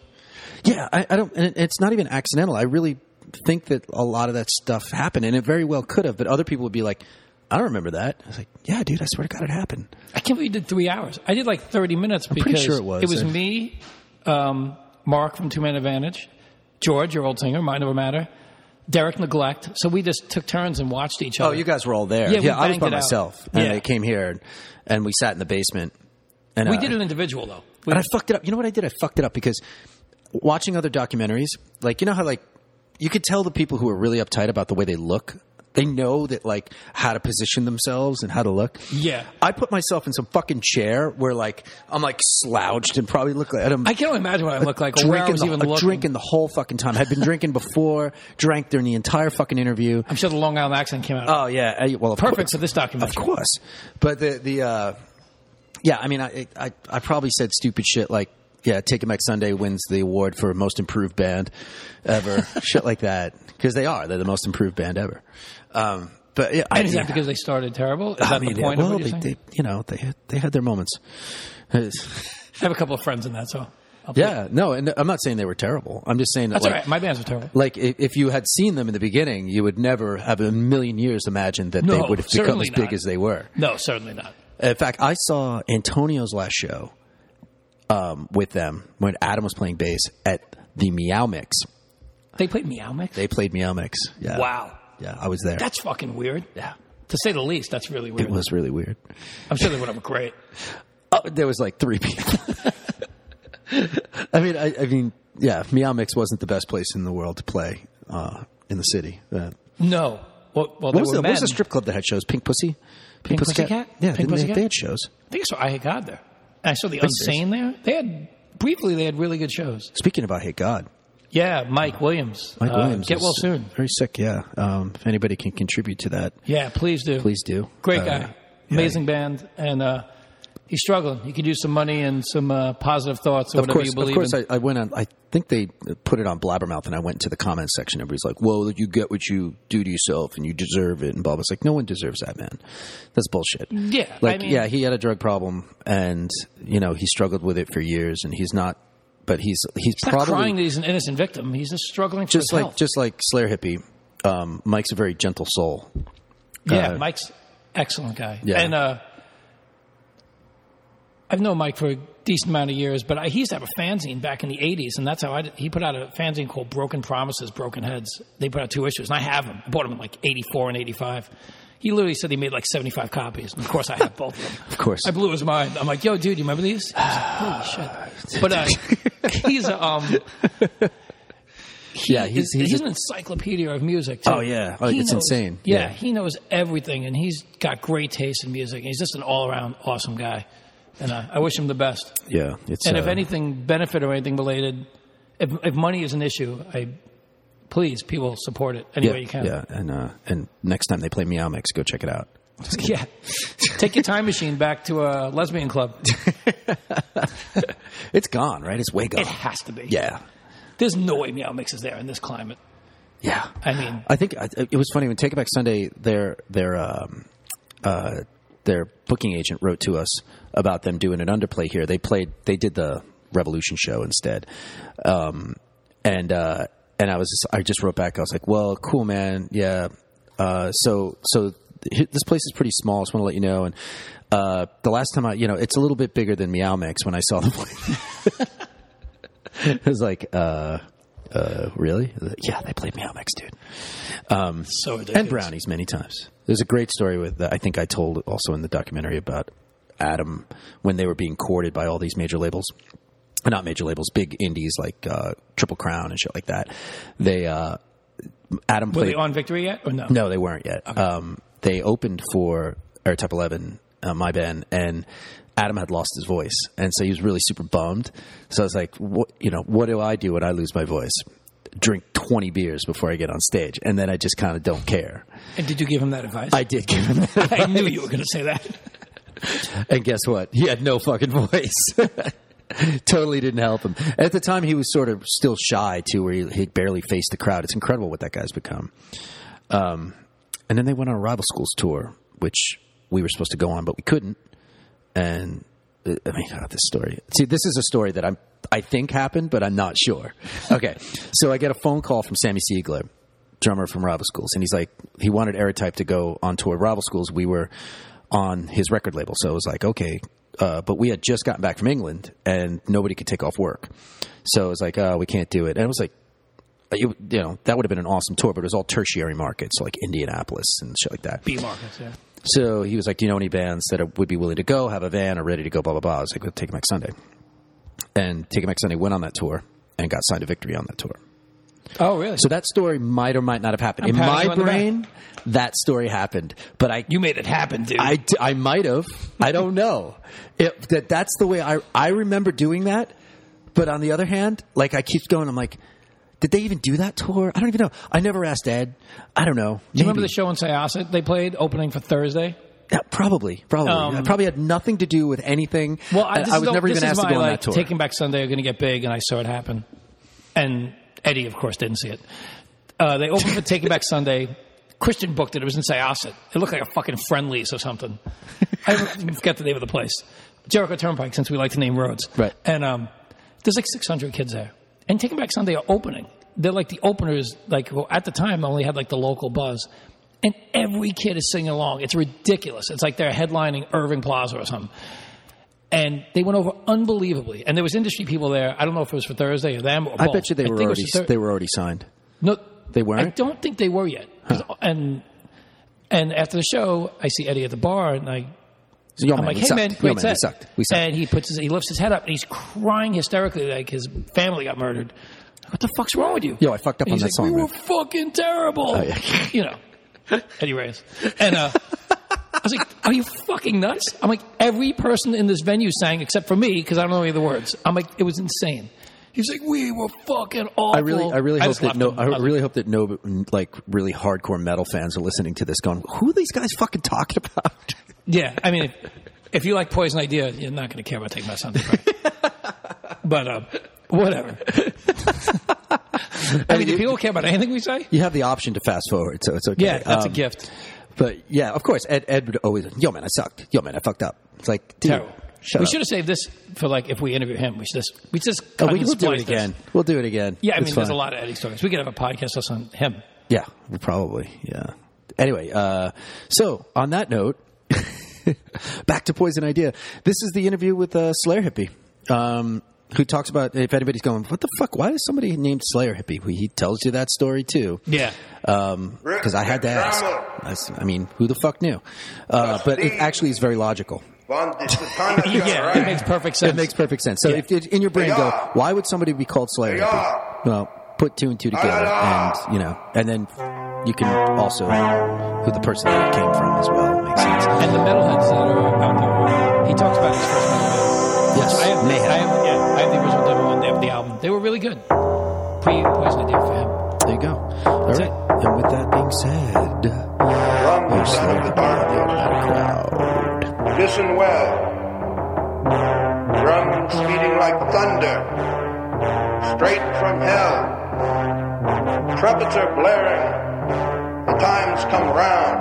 Yeah, I, I don't, and it- it's not even accidental. I really think that a lot of that stuff happened, and it very well could have. But other people would be like, "I don't remember that." I was like, "Yeah, dude, I swear to God, it happened."
I can't believe you did three hours. I did like 30 minutes because
sure it was. eh?
It was
I-
me, um, Mark from Two Man Advantage, George, your old singer, Mind Over Matter, Derek Neglect. So we just took turns and watched each
Oh,
other.
you guys were all there.
Yeah, we
I was
banged
by
it out.
myself, and
Yeah.
I came here, and, and we sat in the basement. And
we
uh,
did an individual though. We,
and I fucked it up. You know what I did? I fucked it up because watching other documentaries, like you know how like you could tell the people who are really uptight about the way they look. They know that like how to position themselves and how to look.
yeah.
I put myself in some fucking chair where like I'm like slouched and probably look like I'm
I can only imagine what I looked like or where I
drinking
was
the,
even
uh,
looking.
drinking the whole fucking time. I'd been drinking before, drank during the entire fucking interview.
I'm sure the Long Island accent came out.
Oh yeah, I- well Uh, of
Perfect
course.
for this documentary.
Of course, but the the uh, Yeah, I mean, I, I I probably said stupid shit like, yeah, Take 'Em Back Sunday wins the award for most improved band
*laughs*
ever, shit like that, because they are they're the most improved band ever. Um,
*laughs*
but yeah, I,
And is
yeah.
that because they started terrible? Is that
I mean,
the point
well,
of what you're
they,
saying?
they, you know, they had, they had their moments.
I
Uh,
have a couple of friends in that, so I'll play.
yeah, no, and I'm not saying they were terrible. I'm just saying that
that's
like,
all right. My bands were terrible.
like i- if you had seen them in the beginning, you would never have a million years imagined that they
No,
would have become
certainly
as big
not.
as they were.
No, certainly not.
In fact, I saw Antonio's last show um, with them when Adam was playing bass at the Meow Mix.
They played Meow Mix.
They played Meow Mix. Yeah.
Wow,
Yeah, I was there.
that's fucking weird.
yeah.
To say the least, that's really
It
weird.
was really weird.
I'm sure they would have been great.
Oh, there was like three *laughs* people. I mean, I, I mean, yeah, Meow Mix wasn't the best place in the world to play uh, in the city. Uh,
No. Well, well
what,
they
was
were
the, what was the
men.
strip club that had shows? Pink Pussy?
Pink Pussycat?
Yeah,
Pink
didn't they,
Pussycat?
they had shows.
I think I saw I Hate God there. And I saw the
Thanks,
Unsane there. They had briefly they had really good shows.
Speaking of I Hate God,
Yeah, Mike Williams.
Mike
Uh,
Williams.
Get
was
well soon.
Very sick, yeah. Um, if anybody can contribute to that,
Yeah, please do.
please do.
Great
Uh,
guy. Amazing band. And uh, he's struggling. He could use some money and some uh, positive thoughts or
Of
whatever
course,
you
of
believe
course
in.
I, I went on. I think they put it on Blabbermouth, and I went to the comments section. Everybody's like, "Well, you get what you do to yourself, and you deserve it." And Bob was like, "No one deserves that, man. That's bullshit."
yeah.
Like,
I mean,
yeah, he had a drug problem, and you know he struggled with it for years, and he's not. But he's he's,
He's not
probably
crying that he's an innocent victim. He's just struggling for
just
his
like
health.
just like Slayer hippie. Um, Mike's a very gentle soul.
yeah,
uh,
Mike's excellent guy.
Yeah.
And uh, I've known Mike for a decent amount of years, but I, he used to have a fanzine back in the 80s, and that's how I did, he put out a fanzine called Broken Promises, Broken Heads. They put out two issues, and I have them. I bought them in like 84 and 85. He literally said he made like 75 copies, and of course I have both of them.
Of course,
I blew his mind. I'm like, yo, dude, you remember these? He was like, Holy
*laughs*
shit. But uh, he's a, um,
yeah, he's
he's,
he's, a-
an encyclopedia of music. Too.
Oh, yeah. Oh,
He
it's
knows-
insane.
Yeah,
Yeah.
he knows everything, and he's got great taste in music. And he's just an all-around awesome guy, and uh, I wish him the best.
yeah. It's
And
uh,
if anything, benefit or anything related, if, if money is an issue, I please people support it any
yeah,
way you can.
yeah, and uh, and next time they play Meow Mix, go check it out.
*laughs* Yeah. Take your time machine back to a lesbian club.
It's gone, right? It's way gone.
It has to be.
Yeah,
There's no way Meow Mix is there in this climate.
yeah.
I mean,
I think I, it was funny when Take It Back Sunday. Their their um, uh, their booking agent wrote to us about them doing an underplay here. They played. They did the Revolution show instead, um, and uh, and I was just, I just wrote back. I was like, well, cool, man. Yeah. Uh, so so h- this place is pretty small. I just want to let you know. And uh, the last time I, you know, it's a little bit bigger than Meow Mix when I saw the play. *laughs* it was like. Uh, uh, really? Yeah, they played Meow Mix, dude
so ridiculous.
and brownies many times. There's a great story with that I think I told also in the documentary about Adam when they were being courted by all these major labels, not major labels, big indies like uh, Triple Crown and shit like that. They uh, Adam
Were
played.
they on Victory yet or no?
No, they weren't yet. Um, they opened for or Type Eleven, uh, my band, and Adam had lost his voice, and so he was really super bummed. So I was like, "What? You know, what do I do when I lose my voice? Drink twenty beers before I get on stage, and then I just kind of don't care."
And did you give him that advice?
I did give him that.
*laughs* I knew you were going to say that.
*laughs*
*laughs*
And guess what? He had no fucking voice. *laughs* totally didn't help him. At the time, he was sort of still shy, too, where he, he barely faced the crowd. It's incredible what that guy's become. Um, and then they went on a rival schools tour, which we were supposed to go on, but we couldn't. And uh, I mean, God, this story. See, this is a story that I'm, I think happened, but I'm not sure. Okay. so I get a phone call from Sammy Siegler, drummer from rival schools. And he's like, he wanted Aerotype to go on tour rival schools. We were on his record label. So it was like, okay, uh, but we had just gotten back from England and nobody could take off work. So it was like, uh, we can't do it. And it was like, it, you know, that would have been an awesome tour, but it was all tertiary markets like Indianapolis and shit like that.
B markets, yeah.
So he was like, "Do you know any bands that are, would be willing to go, have a van, are ready to go?" Blah blah blah. I was like, "We'll take 'em back Sunday," and take 'em back Sunday went on that tour and got signed to Victory on that tour.
Oh, really?
So that story might or might not have happened in
patting you
my
on the back.
brain. That story happened, but I
you made it happen, dude.
I, d- I might have. I don't know. It, that that's the way I I remember doing that. But on the other hand, like I keep going, I'm like, did they even do that tour? I don't even know. I never asked Ed. I don't know.
Do you remember
Maybe.
the show in Syosset they played opening for Thursday?
Yeah, probably, probably.
Um,
It probably had nothing to do with anything.
Well,
I,
I, this
I
is
was
the-
never
this
even
is
asked
my,
to go on
like,
that tour.
Taking Back Sunday are going to get big, and I saw it happen. And Eddie, of course, didn't see it. Uh, they opened for Taking Back Sunday. Christian booked it. It was in Syosset. It looked like a fucking Friendlies or something.
*laughs*
I forget the name of the place. Jericho Turnpike, since we like to name roads.
Right.
And um, there's like 600 kids there. And Taking Back Sunday are opening. They're like the openers. Like well, at the time, they only had like the local buzz. And every kid is singing along. It's ridiculous. It's like they're headlining Irving Plaza or something and they went over unbelievably. And there was industry people there. I don't know if it was for Thursday or them. Or
I
both.
bet you they were
think it was
already
for Thur-
they were already signed.
no,
They weren't?
I don't think they were yet. 'Cause- And and after the show, I see Eddie at the bar, and I
So, yo,
I'm
man,
like,
we
"Hey
sucked.
man,
Yo,
great
man,
set."
We sucked. We sucked.
And he puts his, he lifts his head up, and he's crying hysterically, like his family got murdered. What the fuck's wrong with you?
Yo, I fucked up
And
on
he's
that
like,
song,
We
man." Oh,
were fucking terrible.
yeah. *laughs*
You know, Eddie Reyes. And uh, I was like, "Are you fucking nuts?" I'm like, every person in this venue sang except for me because I don't know any of the words. I'm like, it was insane. He's like, "We were fucking awful."
I really, I really hope
just
that
left
no,
him.
I
was like,
really hope that no, like really hardcore metal fans are listening to this, going, "Who are these guys fucking talking about?" *laughs*
Yeah, I mean, if, if you like Poison Idea, you're not going to care about taking my
*laughs*
Sunday. Right? but um, whatever. I mean, do people care about anything we say?
You have the option to fast forward, so it's okay.
Yeah, that's
Um,
a gift.
But yeah, of course, Ed, Ed would always, "Yo, man, I sucked. Yo, man, I fucked up." It's like, dude,
Terrible.
shut
we
up.
should have saved this for like if we interview him. We should just we just
Oh,
cut
we
and
will do it
splice this.
again. We'll do it again.
Yeah, I
It's
mean, there's a
fine.
lot of Eddie stories. We could have a podcast just on him.
Yeah, probably. Yeah. Anyway, uh, so on that note, *laughs* back to Poison Idea. This is the interview with uh, Slayer Hippie, um, who talks about if anybody's going, what the fuck? Why is somebody named Slayer Hippie? He tells you that story too.
Yeah,
Because I had to ask. That's- I mean, who the fuck knew? Uh, but it actually is very logical.
*laughs* yeah, it makes perfect sense.
It makes perfect sense. So
Yeah.
if if in your brain go,
are.
why would somebody be called Slayer?
They
Hippie?
are.
Well, put two and two together,
are.
and you know, and then you can also who the person that it came from as well It makes sense.
and the metalheads that are out there. He talks about his first metalhead.
Yes,
I have, I
Mayhem.
have, yeah, I have the original demo and they have the album. They were really good. Pre Poison Idea for him.
There you go. All right.
That's
And with that being said, we're Slayer Hippie, the automatic crowd.
Listen well. Drums beating like thunder, straight from hell. Trumpets are blaring, the times come round.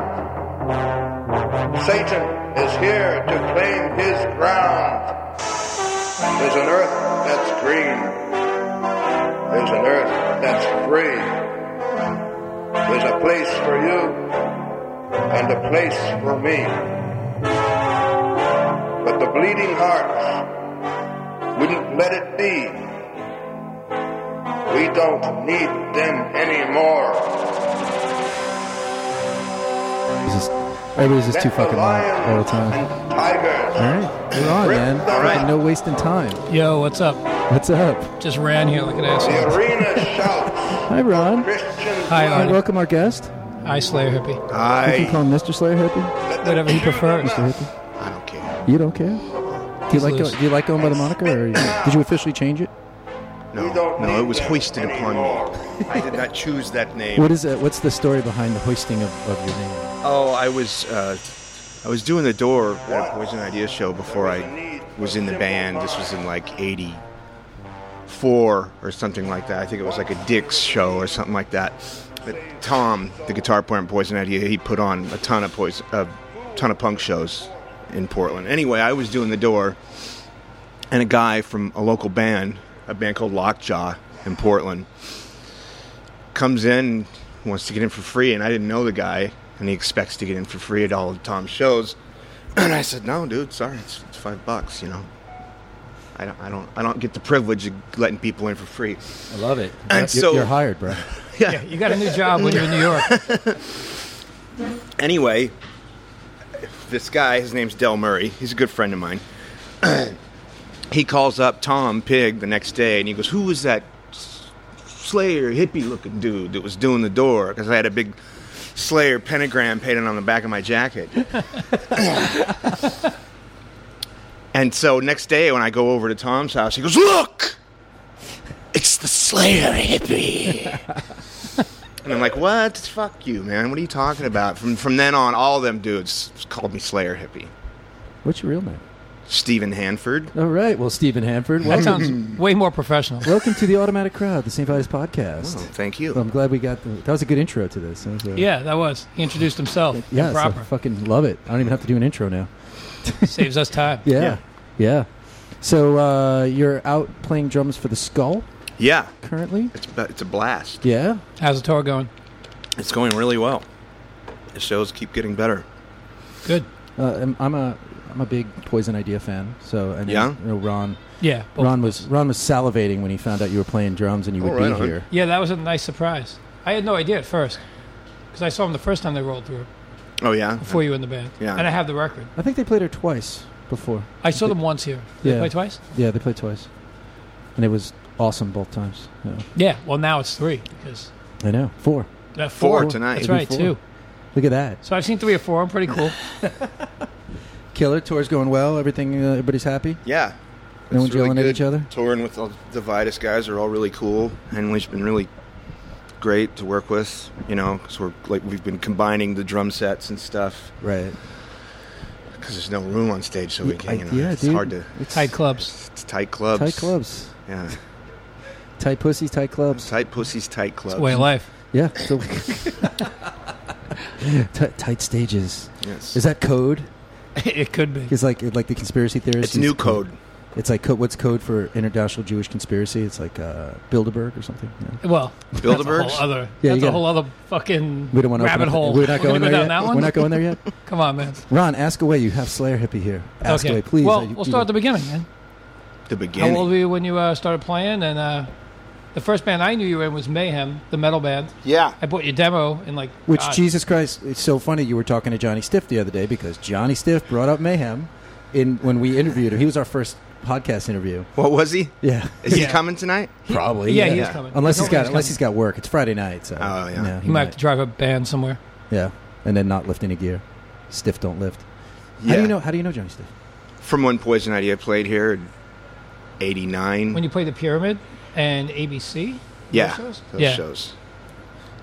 Satan is here to claim his ground. There's an earth that's green, there's an earth that's free. There's a place for you and a place for me. But the bleeding hearts wouldn't let it be. We don't need them anymore.
This is- Everybody's just too
Let
fucking loud
lions
all the time.
And tigers.
All right, we're on, man.
All right.
Fucking No wasting time.
Yo, what's up?
What's up?
Just ran here like an
The
asshole.
arena shouts.
Hi, Ron.
Christian.
Hi,
blood.
And
Arnie.
welcome our guest.
I Slayer hippie.
You can
I,
call him Mr. Slayer Hippie.
Let them
Whatever he
chew them
prefers.
up.
Mr. Hippie.
I don't care.
You don't care. Do you like
loose.
going, do you like going by the moniker, or you- did you officially change it?
We
No,
don't
no, it
need
was
them
hoisted upon
anymore.
me. I did not choose that name.
What is it? What's the story behind the hoisting of, of your name?
Oh, I was uh, I was doing the door at a Poison Idea show before I was in the band. This was in like '84 or something like that. I think it was like a Dick's show or something like that. But Tom, the guitar player in Poison Idea, he put on a ton of poison, a ton of punk shows in Portland. Anyway, I was doing the door, and a guy from a local band, a band called Lockjaw in Portland, comes in, wants to get in for free, and I didn't know the guy, and he expects to get in for free at all of Tom's shows. *clears throat* And I said, "No, dude, sorry, it's, it's five bucks, you know. I don't, I don't, I don't get the privilege of letting people in for free."
I love it.
And
you're,
so-
you're
*laughs*
hired, bro.
Yeah, you got a new job when you're in New York.
Anyway, this guy, his name's Del Murray. He's a good friend of mine. *clears throat* he calls up Tom Pig the next day, and he goes, "Who was that s- Slayer hippie-looking dude that was doing the door?" Because I had a big Slayer pentagram painted on the back of my jacket. *laughs* and so next day, when I go over to Tom's house, he goes, "Look, it's the Slayer hippie." And I'm like, what? Fuck you, man. What are you talking about? From from then on, all them dudes called me Slayer hippie.
What's your real name?
Stephen Hanford.
All right. Well, Stephen Hanford,
That
welcome, *laughs*
sounds way more professional.
welcome to the Automatic Crowd, the St. Vitus podcast.
Oh, thank you.
I'm glad we got the, that was a good intro to this. That was a-
Yeah, that was. He introduced himself.
yeah, so
proper.
fucking love it. I don't even have to do an intro now.
Saves us time.
Yeah, yeah.
Yeah.
So uh, you're out playing drums for the Skull
yeah,
currently.
it's bu- it's a blast.
Yeah,
How's the tour going?
It's going really well. The shows keep getting better.
Good.
uh, I'm, I'm a I'm a big Poison Idea fan. So and
Yeah?
you know, Ron
Yeah. both
Ron
of
was
us.
Ron was salivating when he found out you were playing drums and you would
Oh, right
be
on.
here.
Yeah, that was a nice surprise. I had no idea at first because I saw him the first time they rolled through
Oh yeah.
before you were in the band.
Yeah.
And I have the record.
I think they played her twice before.
I saw them once here. Did
Yeah.
they play twice?
Yeah, they played twice, and it was awesome both times. Yeah.
Yeah. Well, now it's three because
I know four.
uh,
Four
four.
tonight.
That's
It'll
be
right,
four.
two.
Look at that.
So I've seen three or four. I'm pretty cool.
Killer tour's going well. Everything. Uh, everybody's happy.
Yeah.
No one
It's really
yelling at
good.
each other?
Touring with all the Vitus guys are all really cool. Henley's been really great to work with, you know, because we're like we've been combining the drum sets and stuff
Right.
because there's no room on stage, so we
I-
can't. You know,
yeah,
it's
dude.
hard to.
It's
Tight clubs.
It's tight clubs.
Tight clubs.
Yeah.
Tight pussies. Tight clubs.
Tight pussies, tight clubs.
It's way of
*laughs*
life.
Yeah. So Ti- tight stages.
Yes.
Is that code?
it could be.
It's like like the conspiracy
It's
theorists. use
new code.
It's like co- what's code for international Jewish conspiracy? It's like uh, Bilderberg or something. you know?
Well, that's a
Bilderbergs?
whole other.
Yeah,
that's
you
a
gotta-
whole other fucking
We don't want to
rabbit
open up-
hole.
We're not going
gonna go
there
down
yet.
that one.
We're not going
*laughs*
there yet.
Come on, man.
Ron, ask away. You have Slayer hippie here. Ask
okay.
away, please.
Well,
Uh, you-
we'll start at the beginning, man.
The
How
beginning.
old were you when you uh, started playing? And uh, the first band I knew you were in was Mayhem, the metal band.
yeah.
I bought your demo in like
Which
God,
Jesus Christ, it's so funny. You were talking to Johnny Stiff the other day because Johnny Stiff brought up mayhem in when we interviewed him. He was our first podcast interview.
What was he?
*laughs* Yeah,
Is he
Yeah.
coming tonight?
probably.
Yeah, he is coming.
Unless
He's
he's got
always
unless
coming.
he's got work. It's Friday night, so
Oh, yeah.
no, he
You might have
might.
to drive a band somewhere.
yeah, and then not lift any gear. Stiff don't lift. How
Yeah.
do you know? How do you know Johnny Stiff?
From when Poison Idea played here in '89.
When you play the Pyramid and ABC,
yeah.
those shows?
Those
Yeah.
shows.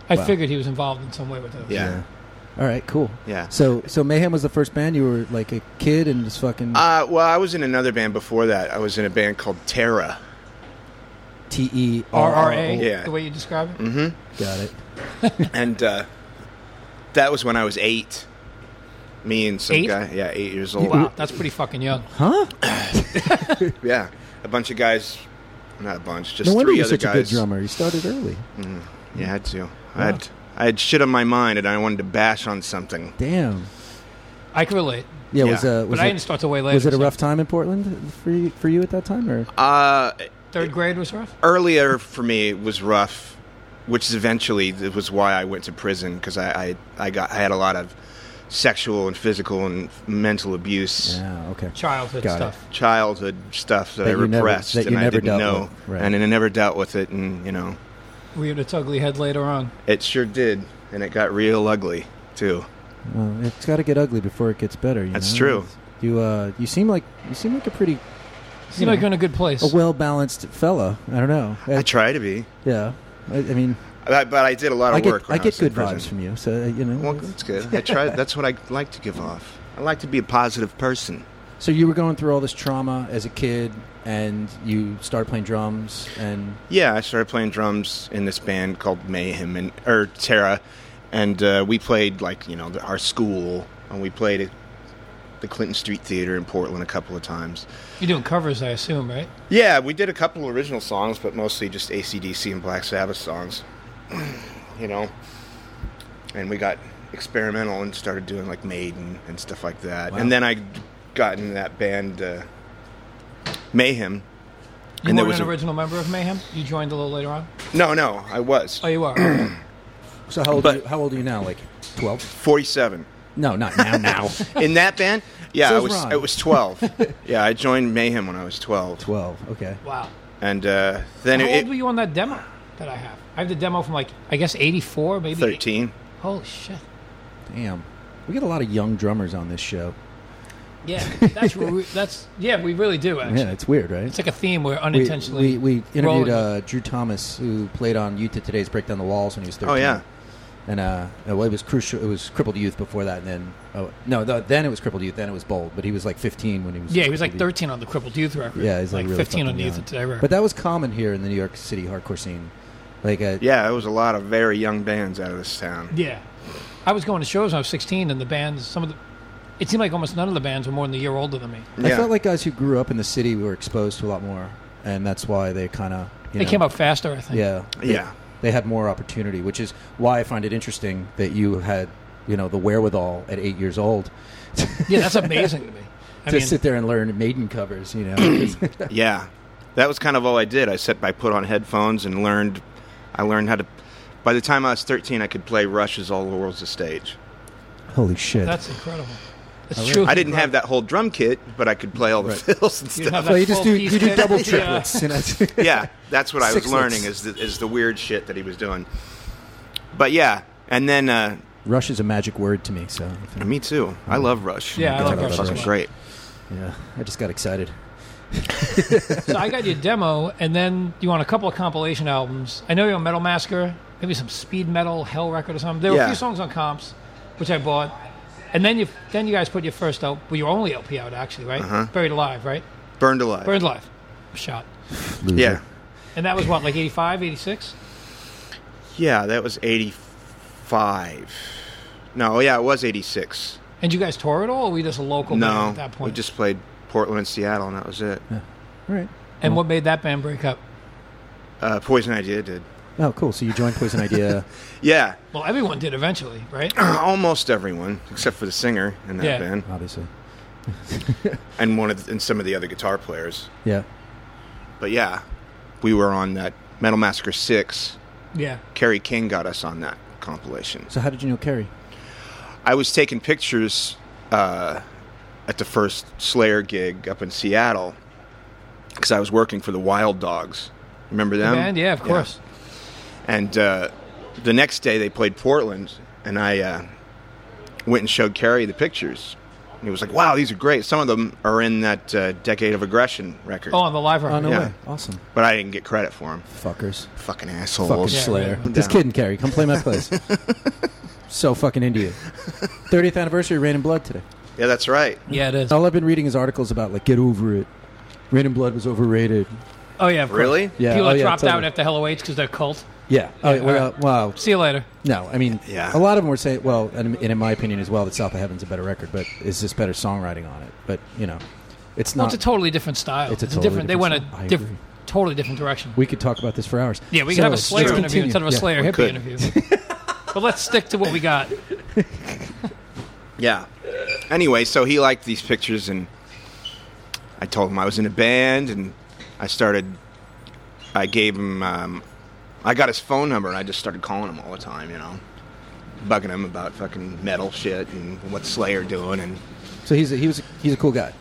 I
Wow.
figured he was involved in some way with those.
Yeah.
All right, cool.
Yeah.
So so mayhem was the first band you were like a kid and just fucking
Uh, well, I was in another band before that. I was in a band called Terra.
T E R R
RRA,
A. Mm-hmm.
Yeah.
the way you describe it.
Got it.
and uh, that was when I was eight. Me and some
Eight?
guy, yeah, eight years old.
Wow, that's pretty fucking young.
Huh?
Yeah, a bunch of guys, not a bunch, just
No wonder
three
you're
other
such a good
guys. Mm.
drummer. You started early.
Yeah, I had to. I had I had shit on my mind, and I wanted to bash on something.
Damn.
I can relate,
Yeah,
Yeah.
was uh,
but
was
I
it,
didn't start till way later.
was it a
so
rough time in Portland for you, for you at that time or
Uh,
Third grade was rough.
earlier for me was rough, which is eventually it was why I went to prison because I, I I got I had a lot of sexual and physical and mental abuse.
Yeah, okay.
Childhood
Got it.
stuff.
Childhood stuff that,
That
I
you never-
repressed
that you
and I
never
didn't
dealt
know,
with, right.
and I never dealt with it, and you know,
Reared its ugly head later on.
It sure did, and it got real ugly too.
Well, it's got to get ugly before it gets better. you
That's
know?
true.
You uh, you seem like you seem like a pretty
Seemed like you're in a good place.
a well balanced fella. I don't know.
I
Uh,
try to be,
yeah, I, I mean,
I, but I did a lot of
I get
work.
I
when
get
was in
good vibes
prison.
from you. So uh, you know.
Well, that's good. I try. That's what I like to give off. I like to be a positive person.
So you were going through all this trauma as a kid, and you started playing drums, and
Yeah, I started playing drums in this band called Mayhem and or Terra, and uh, we played like you know the, our school, and we played at the Clinton Street Theater in Portland a couple of times.
You're doing covers, I assume, right?
Yeah, we did a couple of original songs, but mostly just ACDC and Black Sabbath songs, *clears throat* you know. And we got experimental and started doing like Maiden and stuff like that.
Wow.
And then I got in that band uh, Mayhem.
You
and
weren't an original member of Mayhem. You joined a little later on.
no, no, I was
Oh, you
*clears throat*
are.
so how old
But-
are you, how old are you now? Like twelve?
forty-seven.
No, not now. Now
In that band, yeah,
So
I
is
was
Ron.
I was twelve. yeah, I joined Mayhem when I was twelve,
twelve. Okay.
wow.
and uh, then
How
it,
old were you on that demo that I have? I have the demo from like I guess '84, maybe.
thirteen.
Holy shit!
Damn, we get a lot of young drummers on this show. *laughs*
Yeah, that's where we, that's yeah, we really do actually.
Yeah, it's weird, right?
It's like a theme where
We-
unintentionally
We, we,
rolling.
interviewed uh, Drew Thomas, who played on Youth of Today's Break Down the Walls when he was 13.
Oh, yeah.
And uh, well, it was crucial. It was crippled youth before that, and then oh no, th- then it was crippled youth. Then it was bold, but he was like 15 when he was.
yeah, he was like
Crippled Youth.
13 on the Crippled Youth record.
Yeah, he's like, really
15 on
fucking
the Youth
young.
of Today record.
But that was common here in the New York City hardcore scene. Like, uh,
Yeah, there was a lot of very young bands out of this town.
yeah, I was going to shows when I was 16, and the bands, some of the, it seemed like almost none of the bands were more than a year older than me.
I
Yeah.
felt like guys who grew up in the city were exposed to a lot more, and that's why they kind of
They came up faster, I think.
Yeah,
Yeah.
they had more opportunity, which is why I find it interesting that you had, you know, the wherewithal at eight years old
yeah, that's amazing
*laughs*
to me. I
to
mean,
sit there and learn Maiden covers.
*coughs*
You know,
Yeah, that was kind of all I did. I set, I put on headphones and learned. I learned how to. By the time I was 13, I could play Rush's "All the World's a Stage."
holy shit!
that's incredible. It's true. *laughs*
I didn't have that whole drum kit, but I could play all the fills and
You didn't have that
stuff.
so you just
full
do
piece
you do
kit. *laughs*
double
Yeah.
triplets.
*laughs*
you know?
yeah, that's what I was
Sixlets.
learning is the, is the weird shit that he was doing. But yeah, and then uh,
Rush is a magic word to me, so
me too. I love Rush.
Yeah, I
They're
like
fucking
Rush as well.
great.
yeah, I just got excited.
So I got your demo, and then you want a couple of compilation albums. I know you're on Metal Massacre, maybe some speed metal hell record or something. There were a
Yeah.
few songs on comps, which I bought, and then you then you guys put your first out, well, your only LP out actually, right?
Uh-huh.
Buried Alive, right?
Burned alive.
Buried Alive, shot,
yeah,
and that was what like 85, 86?
yeah, that was 85. No, yeah, it was 86.
And you guys tore it all? Or were you just a local band
No,
at that
we
point?
just played Portland and Seattle, and that was it.
All right.
and what made that band break up?
Uh, Poison Idea did.
Oh, cool. So you joined Poison Idea.
Yeah, *clears throat*
Well, everyone did eventually,
*coughs*
right?
almost everyone except for the singer in that
Yeah.
band
obviously.
and one of the, and some of the other guitar players.
Yeah.
But yeah, we were on that Metal Massacre Six.
yeah.
Kerry King got us on that compilation.
So how did you know Kerry?
I was taking pictures uh, at the first Slayer gig up in Seattle because I was working for the Wild Dogs. Remember them?
band, yeah, of course.
And uh, the next day they played Portland, and I uh, went and showed Carrie the pictures. And he was like, "Wow, these are great. Some of them are in that uh, Decade of Aggression record."
Oh, on the live
Oh
record.
no
Yeah.
way! Awesome.
But I didn't get credit for them.
Fuckers.
Fucking
Fucking
assholes.
Yeah,
Slayer.
right.
Just kidding, Carrie. Come play my
*laughs*
place. so fucking into you. 30th anniversary of Rain and Blood today.
Yeah, that's right.
Yeah, it is.
All I've been reading is articles about like get over it. Rain and Blood was overrated.
Oh yeah, of course.
Really?
Yeah.
People
oh,
that
yeah,
dropped out
totally.
after Hello H because they're cult.
Yeah. Oh, yeah, well,
all right.
wow.
See you later.
No, I mean,
Yeah.
a lot of them were saying, well, and, and in my opinion as well, that South of Heaven's a better record, but is this better songwriting on it? But you know, it's
Well,
not.
it's a totally different style.
It's a
different.
totally
They went
different
a
style. I
diff-
agree.
totally different direction.
we could talk about this for hours.
yeah, we
So,
could have a
let's
Slayer interview
continue.
instead of a
Yeah.
Slayer hippie
could.
interview. *laughs*
*laughs*
but let's stick to what we got.
Yeah. Anyway, so he liked these pictures, and I told him I was in a band, and I started. I gave him. Um, I got his phone number, and I just started calling him all the time. You know, bugging him about fucking metal shit and what Slayer doing, and
So he's a, he was a, he's a cool guy.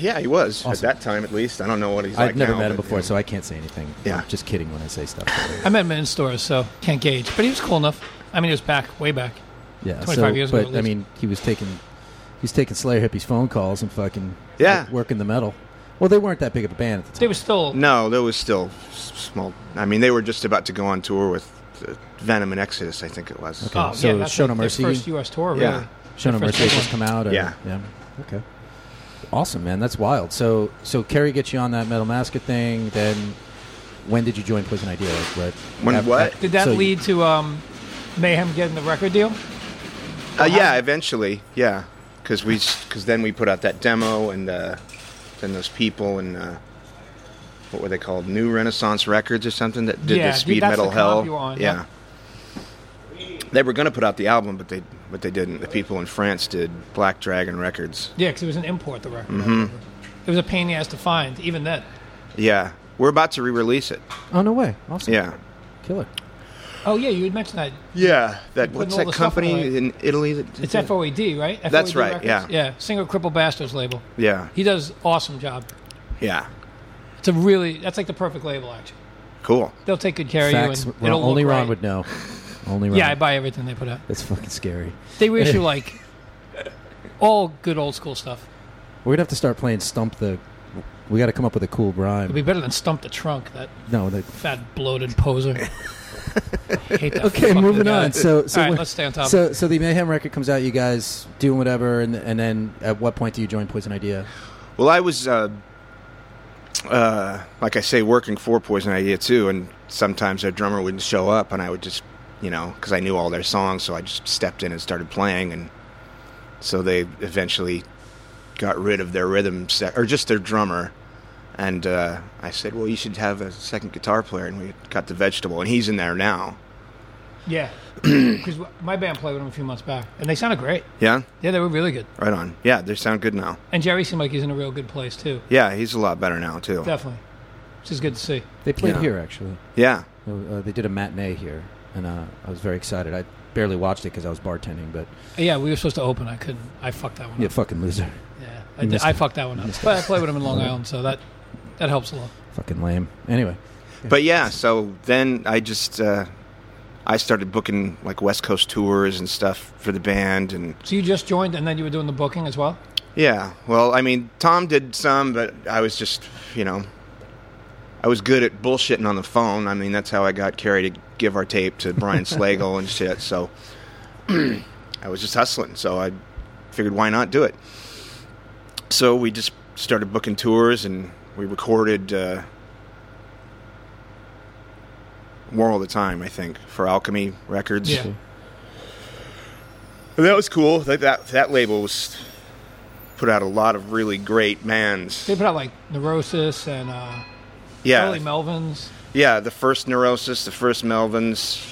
yeah, he was at
Awesome.
that time at least. I don't know what he's like
I've never
now,
met him
but,
before,
you know.
so I can't say anything.
Yeah.
I'm just kidding when I
*laughs*
say stuff.
I met him in stores, so can't gauge. But he was cool enough. I mean, he was back, way back.
Yeah,
25
so-
years ago
But
at
I
least.
mean, he was taking he's taking Slayer hippies phone calls and fucking
Yeah.
like, working the metal. Well, they weren't that big of a band at the
They
time.
were still.
No, there was still s- small. I mean, they were just about to go on tour with uh, Venom and Exodus, I think it was.
Oh,
So
yeah, that's
Show No
their
Mercy?
First U.S. tour, really.
Yeah.
Show No
Their first
Mercy
big
just
one.
come out. Or,
Yeah.
yeah. Okay. Awesome, man. That's wild. So, so Kerry gets you on that Metal Masker thing. Then, when did you join Poison Idea? Like, what?
When
af-
what?
af-
Did that
so you-
lead to um, Mayhem getting the record deal?
Uh, yeah, eventually, yeah, because we because then we put out that demo and uh, then those people and uh, what were they called? New Renaissance Records or something that did
Yeah,
the speed
that's
metal
the comp
hell.
you were on,
yeah. They were going to put out the album, but they but they didn't. The people in France did Black Dragon Records.
Yeah, because it was an import, the record.
Mm-hmm.
It was a pain in the ass to find, even then.
Yeah, we're about to re-release it.
Oh no way! Awesome.
Yeah.
Killer.
Oh, yeah, you had mentioned that.
Yeah, that
Putting
what's
all
that
the stuff on
company
the-
in Italy? That,
It's FOAD, right? FOAD
That's right,
Records?
yeah.
Yeah, Single Cripple Bastards label.
Yeah,
He does awesome job.
yeah,
It's a really that's like the perfect label actually.
cool.
They'll take good care
Facts.
of you. And
Ron-
it'll
only
look
Ron
right.
would know. Only Ron.
Yeah, I buy everything they put out.
*laughs* That's fucking scary.
They reissue like all good old school stuff.
We're gonna have to start playing stump the. We got to come up with a cool
It'd
rhyme.
be better than Stump the Trunk, that
No,
*laughs*
the,
fat, bloated
*laughs*
poser. I hate that
okay,
fucking
moving
guy.
on. So, so
All right,
when-
let's stay on top. of
So, so the Mayhem record comes out. You guys doing whatever, and and then at what point do you join Poison Idea?
Well, I was, uh, uh, like I say, working for Poison Idea too, and sometimes their drummer wouldn't show up, and I would just, you know, because I knew all their songs, so I just stepped in and started playing, and so they eventually got rid of their rhythm set, or just their drummer. And uh, I said, "Well, you should have a second guitar player." And we got the vegetable, and he's in there now.
*clears throat*
Yeah, because my band played with them a few months back, and they sounded great.
Yeah,
Yeah, they were really good.
right on. Yeah, they sound good now.
And Jerry seemed like he's in a real good place too.
Yeah, he's a lot better now too.
Definitely, which is good to see.
They played
Yeah.
here actually.
Yeah,
Uh, they did a matinee here, and uh, I was very excited. I barely watched it because I was bartending, but
Uh, Yeah, we were supposed to open. I couldn't. I fucked that one
you
up.
fucking loser,
Yeah, I,
You
did-
missed
I
it.
fucked that one up. But I played with him in Long Island, so that that helps a lot.
fucking lame. Anyway,
But yeah, so then I just uh, I started booking like West Coast tours and stuff for the band, and
So you just joined, and then you were doing the booking as well.
yeah. Well, I mean, Tom did some, but I was just you know, I was good at bullshitting on the phone. I mean, that's how I got Carrie to give our tape to Brian Slagle and shit. So *clears throat* I was just hustling. So I figured, why not do it? So we just started booking tours, and we recorded. Uh, Moral of the Time, I think, for Alchemy Records.
Yeah,
And that was cool. That, that that label was put out a lot of really great bands.
they put out like Neurosis and uh,
Yeah,
early Melvins.
yeah. The first Neurosis, the first Melvins,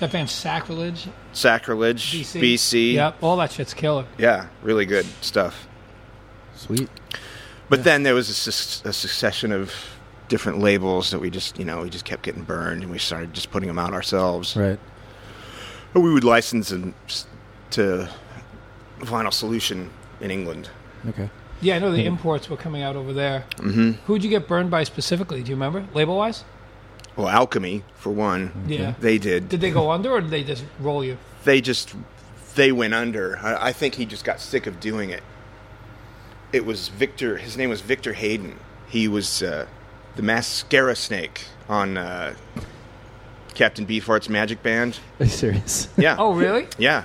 That band Sacrilege,
Sacrilege,
BC.
BC.
Yep, all that shit's killer.
Yeah, really good stuff.
sweet.
But then there was a, sus- a succession of different labels that we just you know we just kept getting burned, and we started just putting them out ourselves.
Right.
Or we would license them s- to Vinyl Solution in England.
Okay.
Yeah, I know the imports were coming out over there. Mm-hmm. Who'd you get burned by specifically? Do you remember, label wise?
Well, Alchemy for one.
Yeah.
They did.
Did they go under, or did they just roll you?
they just they went under. I, I think he just got sick of doing it. It was Victor. His name was Victor Hayden. He was uh, the mascara snake on uh, Captain Beefheart's Magic Band.
Are you serious?
Yeah.
*laughs* Oh, really?
Yeah.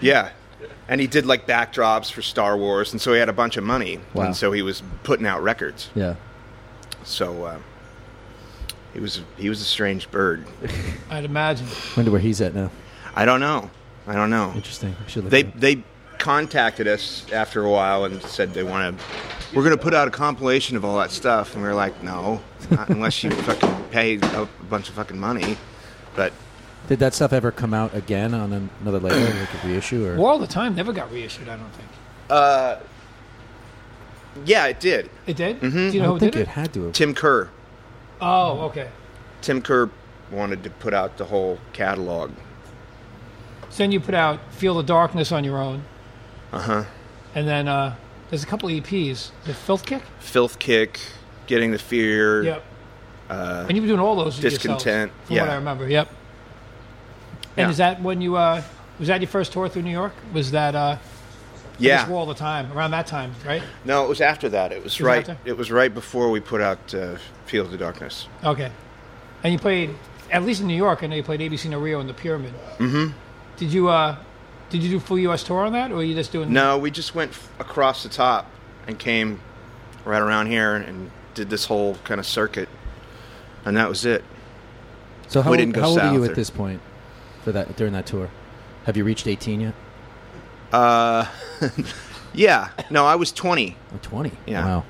yeah. And he did like backdrops for Star Wars, and so he had a bunch of money,
Wow.
and so he was putting out records.
*laughs* yeah.
So uh, he was he was a strange bird.
I'd imagine.
Wonder where he's at now.
I don't know. I don't know.
Interesting. I should look
they
it up.
they contacted us after a while and said they want to we're going to put out a compilation of all that stuff and we were like no not unless you fucking pay a bunch of fucking money but
Did that stuff ever come out again on an- another label, like a reissue or?
War all the time never got reissued. I don't think
yeah it did
it did. Do you
I
know who
think
did
it
it?
had to. Have.
tim kerr
Oh, okay.
tim kerr wanted to put out the whole catalog
So then you put out Feel the Darkness on your own. Uh huh. And then uh, there's a couple EPs. The Filth Kick?
filth kick getting the fear
Yep. Uh, and you were doing all those with yourselves,
Discontent,
from what
yeah.
I remember, yep. And
Yeah.
is that when you, uh, was that your first tour through New York? Was that, uh,
yeah
War all the time, around that time, right?
no it was after that it was,
was
right
after?
it was right before we put out uh, field of darkness
Okay. And you played, at least in New York, I know you played ABC No Rio in the Pyramid. Mm-hmm. Did you, uh, did you do full U.S. tour on that, or were you just doing?
No, we just went f- across the top and came right around here and did this whole kind of circuit, and that was it.
So how,
We
old-
didn't go
how old are you
south
at
or-
this point for that during that tour? Have you reached 18 yet?
Yeah. No, I was 20.
I'm 20.
Yeah.
Oh, Wow.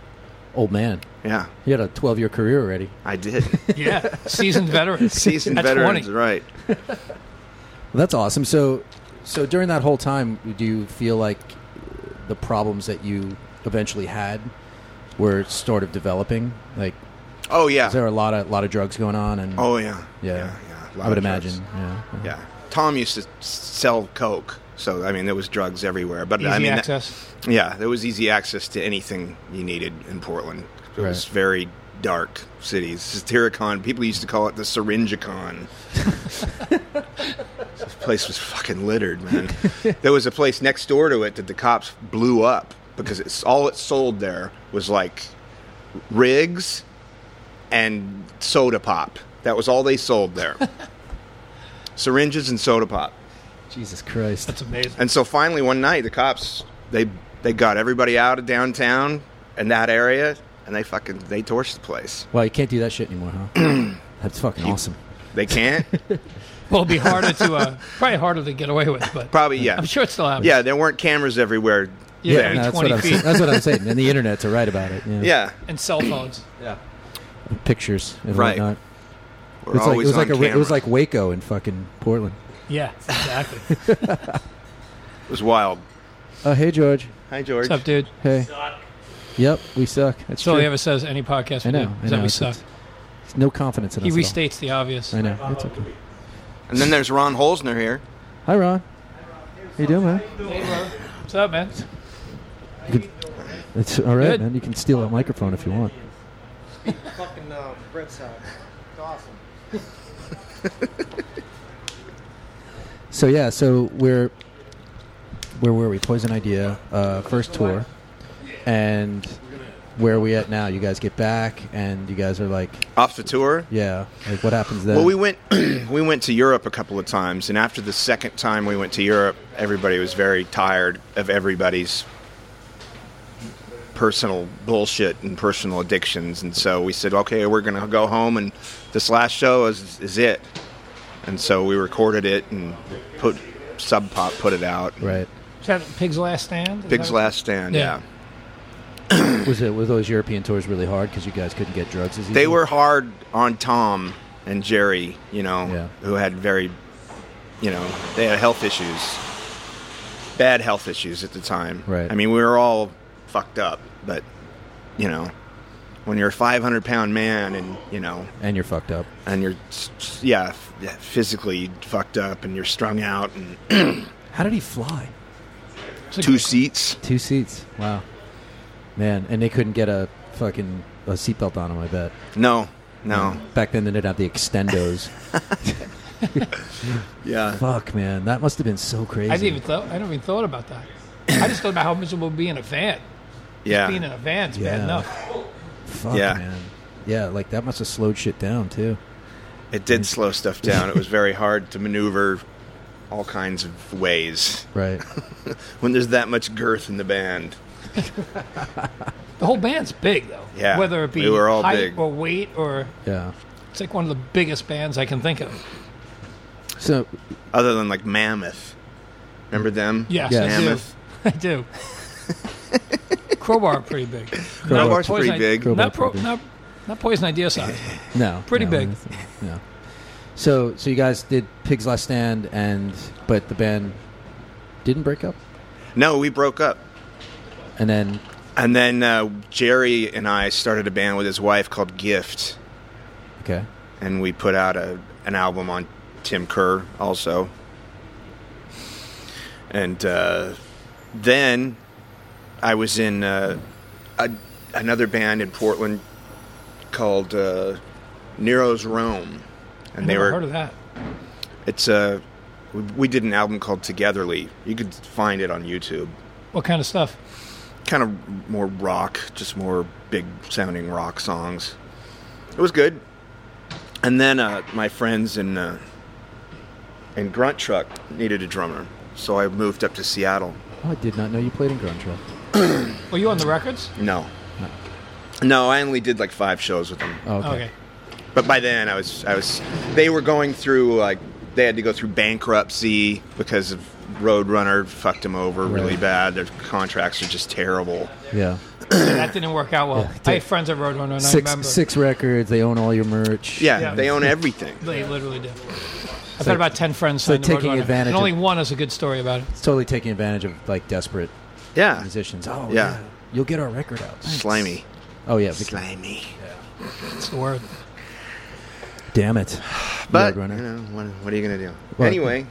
Old man.
Yeah,
You had a 12 year career already.
I
*laughs*
did.
*laughs* Yeah, seasoned veterans.
*laughs* Seasoned
At
veterans,
20.
right?
Well, that's awesome. So, so during that whole time, do you feel like the problems that you eventually had were sort of developing? Like,
Oh yeah.
is there a lot of lot of drugs going on? And
oh yeah.
yeah,
Yeah. yeah. A lot
I would
of drugs.
imagine. Yeah, yeah.
Yeah. Tom used to s- sell coke, so I mean there was drugs everywhere. But
Easy
I mean, that-
access.
yeah, there was easy access to anything you needed in Portland. It was
Right.
very dark cities. Satyricon. People used to call it the Syringicon. this place was fucking littered, man. there was a place next door to it that the cops blew up because it's all it sold there was like rigs and soda pop. That was all they sold there. Syringes and soda pop.
*laughs* Jesus Christ.
That's amazing.
And so finally one night the cops they they got everybody out of downtown and that area and they fucking they torched the place.
Well, you can't do that shit anymore, huh?
*clears throat*
That's fucking awesome.
They
*laughs*
can't.
Well, it'd be harder to uh, *laughs* probably harder to get away with, but
Probably yeah.
I'm sure it still happens.
Yeah, there weren't cameras everywhere.
Yeah.
then.
No,
that's, what
20
I'm saying.
feet.
that's what I'm
*laughs*
saying. And the internet to write about it. Yeah.
yeah.
And cell phones.
Pictures and
Right.
whatnot.
We're
It's like, it
always
was like
on
a,
camera.
it was like Waco in fucking Portland.
Yeah,
*laughs*
exactly.
It was wild.
Oh, hey George.
Hi George.
What's up, dude?
Hey. Yep, we suck. That's
That's all
true.
he ever says any podcast
I
we
know,
do
I
is that
know,
we
it's-
suck.
It's no confidence in
He
us. at all.
restates the obvious.
I know. It's okay.
And then there's Ron Holzner here.
Hi, Ron. How you doing, man?
What's up, man?
It's all right,
Good.
man. You can steal that microphone if you want.
fucking uh, Brett's house. It's awesome.
*laughs* So yeah, so we're where were we? Poison Idea, uh, first tour, and where are we at now? You guys get back, and you guys are like,
Off the tour.
yeah, like what happens then?
Well, we went *clears throat* we went to Europe a couple of times, and after the second time we went to Europe, everybody was very tired of everybody's personal bullshit and personal addictions, and so we said, okay, we're gonna go home, and this last show is is it, and so we recorded it and put Sub Pop put it out.
right.
Is that Pig's Last Stand? Is
Pig's
that what-
Last Stand,
Yeah.
yeah.
Was it were those European tours really hard because you guys couldn't get drugs? As easy?
they were hard on Tom and Jerry, you know,
Yeah.
who had very, you know, they had health issues, bad health issues at the time.
Right.
I mean, we were all fucked up, but you know, when you're a 500 pound man and you know,
and you're fucked up.
and you're, s- s- yeah, f- yeah, physically fucked up and you're strung out and
How did he fly?
It's a
two
good-
seats.
Two seats. Wow, man. And they couldn't get a fucking a seatbelt on him. I bet.
No, no,
Back then, they didn't have the
*laughs*
extendos.
yeah.
Fuck, man, that must have been so crazy.
I didn't even thought. I never even thought about that. I just thought about how miserable it would be in a van.
Yeah.
Being in a van's
Yeah.
bad enough.
Fuck,
Yeah.
man. Yeah, like that must have slowed shit down too.
It did slow stuff down. It was very hard to maneuver all kinds of ways.
*laughs*
Right.
when there's that much girth in the band.
The whole band's big though.
Yeah,
Whether it be
we were all
height
big.
or weight or
yeah.
it's like one of the biggest bands I can think of. *laughs*
So
Other than like Mammoth, remember them?
Yes,
Yeah.
I do.
Mammoth.
I
*laughs*
do. Crowbar pretty big.
Crowbar's
Not Poison
pretty
Idea-
big.
Crowbar
Not, pro,
pretty big.
not, not poison idea size.
no,
Pretty
no,
big.
No. So so you guys did Pig's Last Stand and but the band didn't break up,
No, we broke up,
and then
and then uh, Jerry and I started a band with his wife called Gift,
okay,
and we put out a an album on Tim Kerr also, and uh, then I was in uh, a, another band in Portland called uh, Nero's Rome, and they
Never
were
heard of that.
It's a we, we did an album called Togetherly. You could find it on YouTube.
What kind of stuff?
Kind of more rock, just more big sounding rock songs. It was good. And then uh, my friends in uh, in Grunt Truck needed a drummer, so I moved up to Seattle.
oh, I did not know you played in Grunge. Rock.
Were you on the records?
No. No, I only did like five shows with them.
Oh, okay.
Okay.
But by then, I was, I was, they were going through like they had to go through bankruptcy because of Roadrunner fucked them over really
Right.
bad. Their contracts are just terrible.
Yeah.
that didn't work out well. I had friends that wrote one, and I
Six
remember
six records. They own all your merch.
Yeah,
Yeah.
they own everything.
they literally did. I've had about ten friends
so
signed to
taking
Roadrunner,
advantage
and only
of-
one has a good story about it.
It's totally taking advantage of like desperate
*laughs* Yeah,
musicians. Oh yeah.
Yeah.
You'll get our record out. Thanks.
slimy,
Oh yeah. Vic-
slimy.
It's the word.
Damn it.
But you
Roadrunner.
know, what, what are you gonna do?
Well-
Anyway,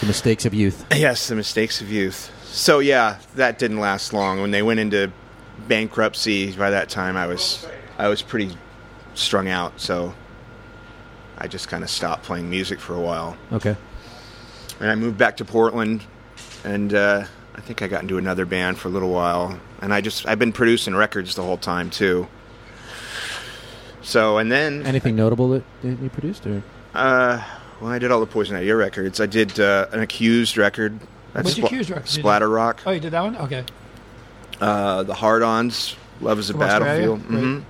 The mistakes of youth.
yes, the mistakes of youth. So yeah, that didn't last long. When they went into bankruptcy, by that time I was, I was pretty strung out. So I just kind of stopped playing music for a while.
Okay.
and I moved back to Portland, and uh, I think I got into another band for a little while, and I just I've been producing records the whole time too. So and then
Anything notable that that you produced? Or?
Uh, well, I did all the Poison Idea records. I did uh, an Accused record.
What's the Accused record? Did you-
Splatter Rock.
Oh, you did that one? Okay.
Uh, the Hard Ons. Love is a
From Australia?
Battlefield.
Right.
Mhm.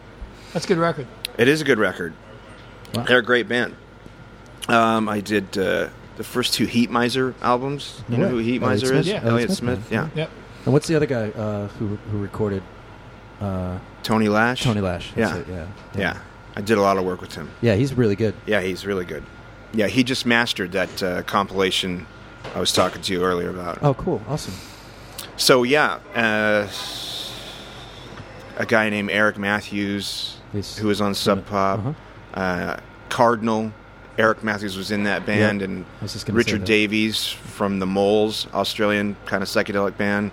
That's a good record.
It is a good record.
Wow.
They're a great band. Um, I did uh, the first two Heat Miser albums. You
No
know who
way.
Heat
Elliott
Miser
Smith?
is?
Yeah.
Elliot
Elliott Smith,
Smith. Yeah.
Yep.
And what's the other guy uh, who who recorded uh,
Tony Lash.
Tony Lash? That's
Yeah.
it, yeah,
Yeah. I did a lot of work with him.
Yeah, he's really good.
Yeah, he's really good. Yeah, he just mastered that uh, compilation I was talking to you earlier about.
Oh, cool, awesome.
So yeah, uh, a guy named Eric Matthews,
He's-
who was on Sub Pop,
Uh-huh.
uh, Cardinal. Eric Matthews was in that band,
Yeah,
and
I was just gonna say
Richard
that.
Davies from the Moles, Australian kind of psychedelic band.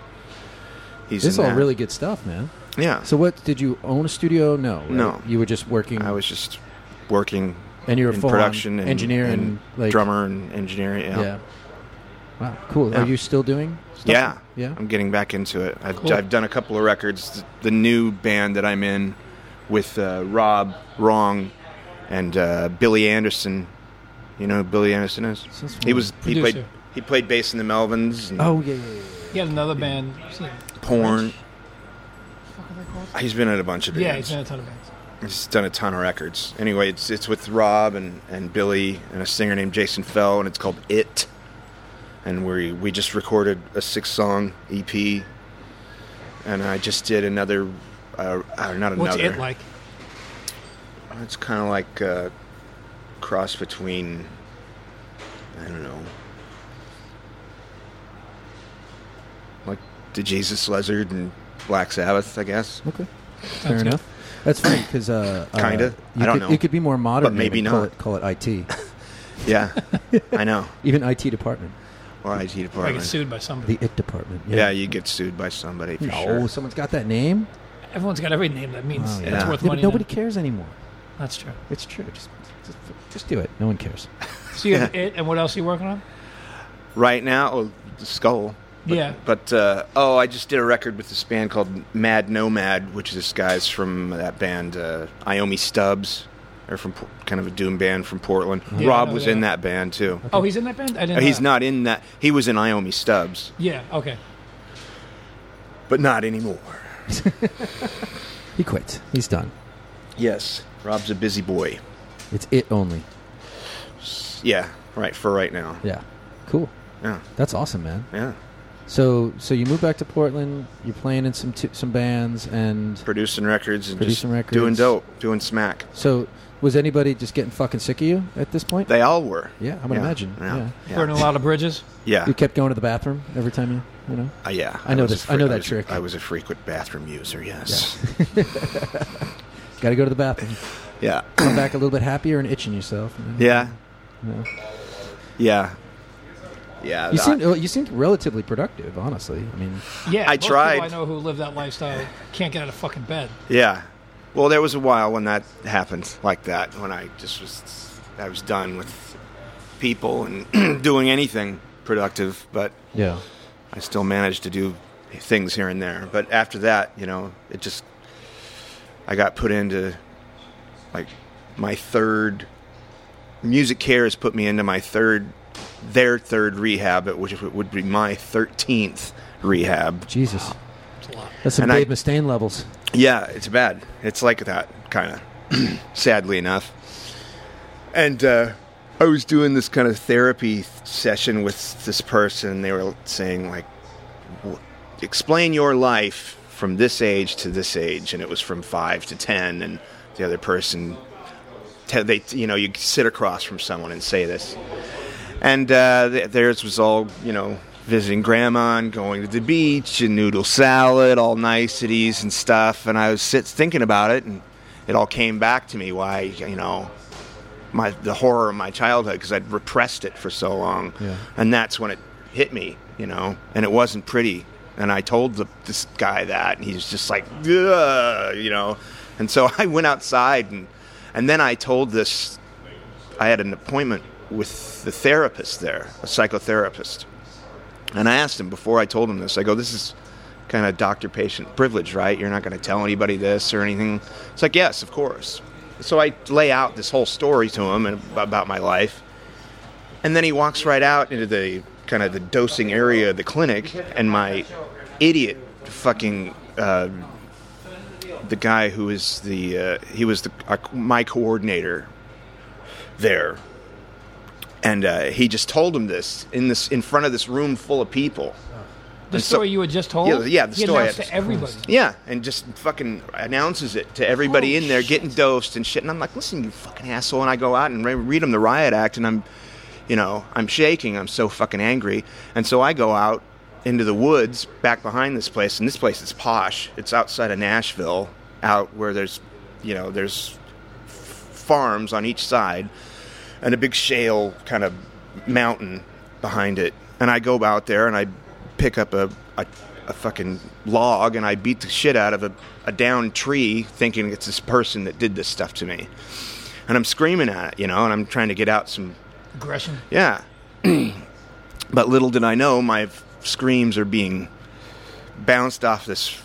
He's
This is
in
all
that.
really good stuff, man.
yeah.
So, what did you own a studio? No, right?
No.
You were just working.
I was just working
and you were
in
full
production, and,
engineer, and,
and
like
drummer, and engineer. Yeah,
Yeah. Wow, cool.
Yeah.
Are you still doing? Stuff?
Yeah.
yeah.
I'm getting back into it. I've, I've done a couple of records. Th- The new band that I'm in with uh, Rob Wrong and uh, Billy Anderson. You know who Billy Anderson is?
Sounds
He was he
Producer.
played he played bass in the Melvins and
Oh yeah, yeah, yeah.
He had another band. Was he-
Porn.
fuck are they called?
He's been in a bunch of
Yeah,
bands.
he's in a ton of bands.
He's done a ton of records. Anyway, it's it's with Rob and, and Billy and a singer named Jason Fell, and it's called It. And we we just recorded a six song EP, and I just did another, uh, uh, not another.
What's it like?
It's kind of like a cross between, I don't know, like the Jesus Lizard and Black Sabbath, I guess.
Okay. Fair
good.
enough. That's funny because uh, uh,
Kinda.
you
I don't
could,
know.
You could be more modern,
But maybe
and call
not.
it call
*laughs*
it IT,
Yeah,
*laughs*
I know.
even IT department,
Or IT
I
department.
get sued by
the
somebody.
IT department.
Yeah, you get sued by somebody for
no,
sure.
someone's got that name.
Everyone's got every name that means
Oh,
it's
yeah.
Yeah,
worth
Yeah, but
money.
nobody
now.
cares anymore.
That's true.
It's true. Just, just, just do it. No one cares.
So you have it, and what else are you working on?
Right now, oh, the skull. But,
Yeah.
But uh, oh, I just did a record with this band called Mad Nomad, which is this guy's from that band uh, Iomi Stubbs. They're from Po- kind of a doom band from Portland.
Yeah, I
Rob
know
was
that.
in that band too.
Oh, he's in that band. I didn't.
Uh,
know
He's
that.
not in that. He was in Iomi Stubbs,
Yeah. Okay.
but not anymore.
He quit. He's done.
Yes, Rob's a busy boy.
It's it only.
Yeah, right for right now.
Yeah. Cool.
Yeah,
That's awesome, man.
yeah.
So, so you moved back to Portland. You're playing in some t- some bands, and
Producing records and
Producing
just
records.
doing dope, doing smack.
so was anybody just getting fucking sick of you at this point?
They all were.
Yeah, I would imagine, yeah.
Yeah, yeah.
Burning a lot of bridges.
Yeah.
you kept going to the bathroom every time you, you know.
Uh, yeah,
I know
was a
this- I know that
was-
trick.
I was a frequent bathroom user. Yes.
Got to go to the bathroom.
Yeah.
Come back a little bit happier and itching yourself. you know?
*laughs* Yeah. *clears throat*
Yeah.
Yeah. Yeah.
You
that-
oh,
seemed well, you seemed relatively productive, honestly. I mean,
Yeah.
I
most
tried.
People I know who live that lifestyle can't get out of fucking bed.
yeah. Well, there was a while when that happened like that when I just was I was done with people and *clears throat* doing anything productive, but
yeah,
I still managed to do things here and there. But after that, you know, it just I got put into like my third music care has put me into my third their third rehab, which would be my thirteenth rehab.
Jesus,
It's a lot.
that's some
And I-
Dave Mustaine levels.
Yeah, it's bad. It's like that, kind of, *clears throat* sadly enough. And uh, I was doing this kind of therapy session with this person. They were saying, like, w- explain your life from this age to this age. And it was from five to 10. And the other person, te- they, you know, you sit across from someone and say this. And uh, th- theirs was all, you know, visiting grandma and going to the beach and noodle salad, all niceties and stuff. And I was sit- thinking about it, and it all came back to me why, you know, my the horror of my childhood because I'd repressed it for so long.
Yeah.
And that's when it hit me, you know, and it wasn't pretty. And I told the, this guy that, and he was just like, Ugh, you know. And so *laughs* I went outside, and, and then I told this I had an appointment with the therapist there, a psychotherapist. And I asked him before I told him this. I go, "This is kind of doctor-patient privilege, right? You're not going to tell anybody this or anything." It's like, "Yes, of course." So I lay out this whole story to him and about my life, and then he walks right out into the kind of the dosing area of the clinic, and my idiot fucking. Uh, the guy who is the uh, he was the uh, my coordinator there, and uh, he just told him this in this in front of this room full of people.
The
And so-
story you had just told.
Yeah, yeah, the
he
story I
announced
had
to
just-
everybody.
Yeah, and just fucking announces it to everybody
Oh,
in there getting dosed and shit. And I'm like, listen, you fucking asshole. And I go out and re- read him the riot act, and I'm, you know, I'm shaking. I'm so fucking angry. And so I go out into the woods back behind this place, and this place is posh. It's outside of Nashville, out where there's, you know, there's f- farms on each side and a big shale kind of mountain behind it. And I go out there and I pick up a, a, a fucking log and I beat the shit out of a, a downed tree thinking it's this person that did this stuff to me. And I'm screaming at it, you know, and I'm trying to get out some
Aggression.
yeah. *clears throat* but little did I know my f- screams are being bounced off this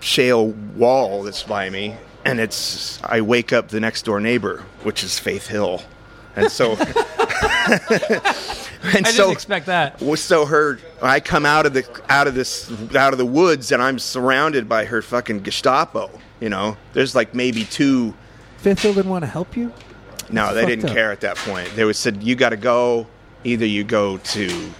shale wall that's by me. And it's, I wake up the next door neighbor, which is Faith Hill. And
*laughs*
so, *laughs* and
I
so,
didn't expect that.
was so her I come out of the out of this out of the woods and I'm surrounded by her fucking Gestapo. You know, there's like maybe two
Fifth Hill didn't want to help you.
no, they
fucked
didn't
up.
care at that point. They was said you got to go. Either you go to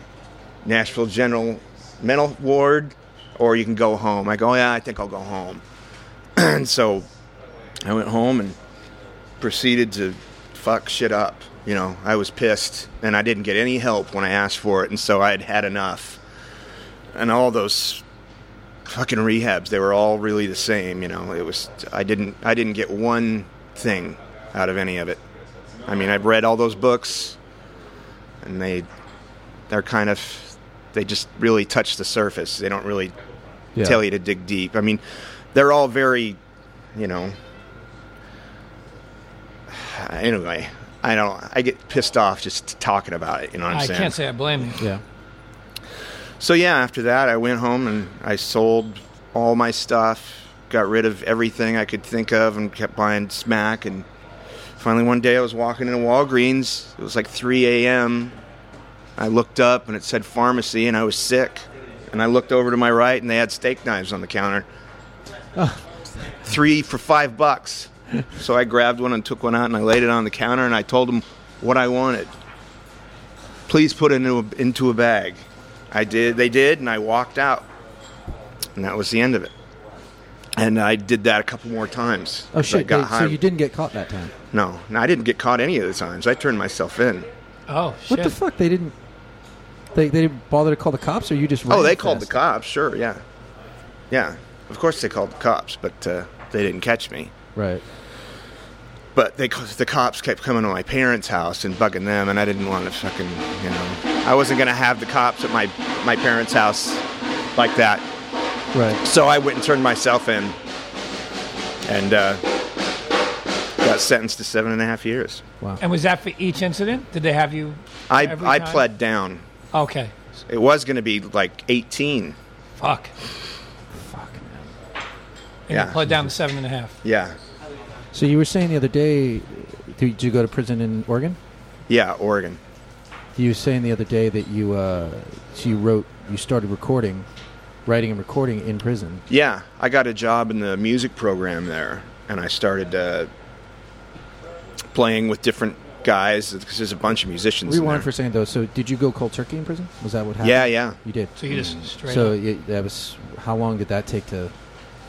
Nashville General Mental Ward, or you can go home. I go, "Oh, yeah, I think I'll go home. *clears throat* and so I went home and proceeded to fuck shit up. You know, I was pissed, and I didn't get any help when I asked for it, and so I had had enough. And all those fucking rehabs they were all really the same you know it was i didn't i didn't get one thing out of any of it i mean i've read all those books and they they're kind of they just really touch the surface they don't really
Yeah.
tell you to dig deep i mean they're all very you know anyway i don't i get pissed off just talking about it you know what i'm
I
saying
can't say I blame you.
Yeah.
so yeah, after that, I went home and I sold all my stuff, got rid of everything I could think of, and kept buying smack. And finally, one day, I was walking into Walgreens. It was like 3 a.m. I looked up and it said pharmacy, and I was sick. And I looked over to my right, and they had steak knives on the
*laughs*
counter. Three for five bucks. So I grabbed one and took one out, and I laid it on the counter, and I told them what I wanted please put it into a, into a bag. I did. They did, and I walked out, and that was the end of it. And I did that a couple more times.
Oh
'cause I
shit!
got
they-
high.
so you didn't get caught that time.
No, no, I didn't get caught any of the times. I turned myself in.
Oh shit!
What the fuck? They didn't. They, they didn't bother to call the cops, or you just.
Oh,
ran
they called the
fast?
cops. Sure, yeah, yeah. Of course they called the cops, but uh, they didn't catch me.
Right.
But they, the cops kept coming to my parents' house and bugging them, and I didn't want to fucking, you know, I wasn't gonna have the cops at my my parents' house like that.
Right.
So I went and turned myself in, and uh, got sentenced to seven and a half years.
And was that for each incident? Did they have you?
I
every
I
time?
pled down.
Okay.
It was going to be like eighteen.
Fuck. Fuck. And
Yeah.
you pled down to seven and a half.
Yeah,
So you were saying the other day, did you go to prison in Oregon?
yeah, Oregon.
You were saying the other day that you uh, so you wrote, you started recording, writing and recording in prison.
Yeah, I got a job in the music program there, and I started uh, playing with different guys because there's a bunch of musicians. in
Rewind for
there.
a second though. So did you go cold turkey in prison? Was that what happened?
Yeah, yeah.
You did.
So you just
Mm.
straight.
So
up.
y that was how long did that take to?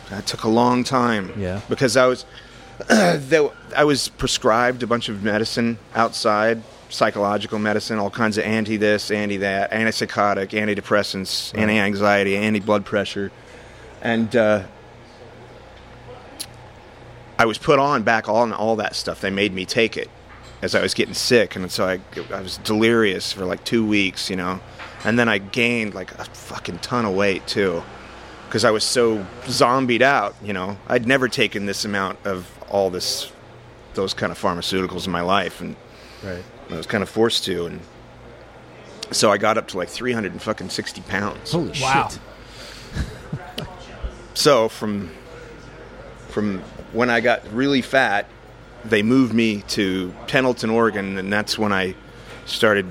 That took a long time.
Yeah.
Because I was, *clears throat* there, I was prescribed a bunch of medicine outside, psychological medicine, all kinds of anti this, anti that, antipsychotic, antidepressants, anti anxiety, anti blood pressure, and uh, I was put on back on all that stuff. They made me take it as I was getting sick, and so I, I was delirious for like two weeks, you know, and then I gained like a fucking ton of weight too because I was so zombied out. You know, I'd never taken this amount of all this, those kind of pharmaceuticals in my life, and
Right.
I was kind of forced to. And So I got up to like 360 pounds.
Holy
Wow.
shit!
So from from when I got really fat, they moved me to Pendleton, Oregon, and that's when I started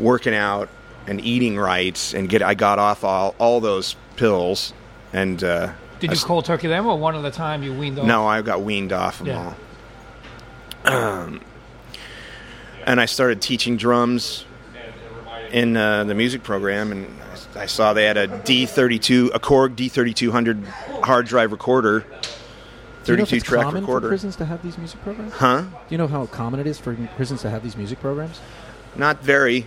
working out and eating right and get I got off all, all those pills and uh,
Did
I
you
s-
cold turkey them or one at a time you weaned
Oh.
off?
no, I got weaned off them
Yeah.
all. Um, and I started teaching drums in uh, the music program, and I saw they had a D32, a Korg D3200 hard drive recorder,
Do you
32
know if it's
track
common for
recorder.
prisons to have these music
*laughs*
programs?
Huh?
Do you know how common it is for prisons to have these music programs?
Not very.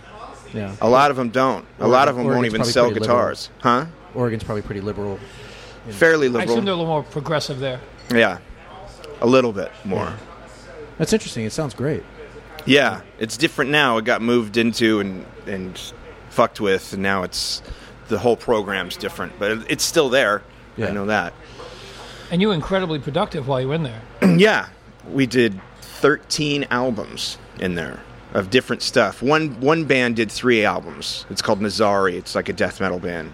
Yeah,
A lot of them don't. A lot of them
Oregon's
won't even
probably
sell
pretty liberal.
guitars.
Oregon's probably pretty liberal.
Huh? Fairly
I assume they're a
liberal.
little more progressive there.
Yeah. A little bit more.
That's interesting. It sounds great.
Yeah, it's different now. It got moved into and and fucked with, and now it's the whole program's different, but it- it's still there.
Yeah.
I know that.
And you were incredibly productive while you were in there.
*clears throat* yeah, we did 13 albums in there of different stuff. One one band did three albums. It's called Mazari. It's like a death metal band,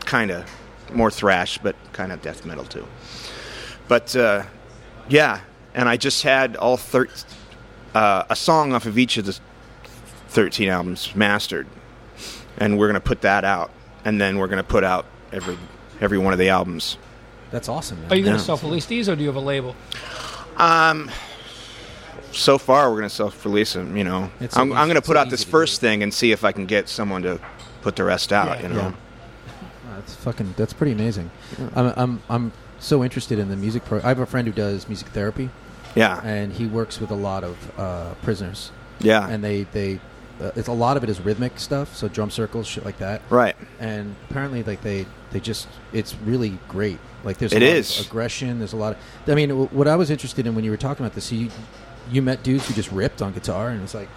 kind of more thrash, but kind of death metal too. But uh, yeah, and I just had all thir- uh, a song off of each of the 13 albums mastered, and we're gonna put that out, and then we're gonna put out every every one of the albums.
That's awesome. Man.
Are you going
Yeah.
to self-release these or do you have a label?
so far we're going to self-release them you know
It's
i'm,
so
I'm going to
easy-
put
so
out this
easy to
first thing and see if i can get someone to put the rest out
Yeah.
you know
*laughs* Yeah. Wow, That's fucking. That's pretty amazing. I'm, I'm I'm so interested in the music. Pro- I have a friend who does music therapy,
yeah yeah,
and he works with a lot of uh, prisoners, and
And
they they uh, it's a lot of it is rhythmic stuff, so drum circles, shit like that.
right
And apparently, like they they just it's really great. Like there's a
It
lot of
is.
aggression. There's a lot of. I mean, w- what I was interested in when you were talking about this, you you met dudes who just ripped on guitar, and it's like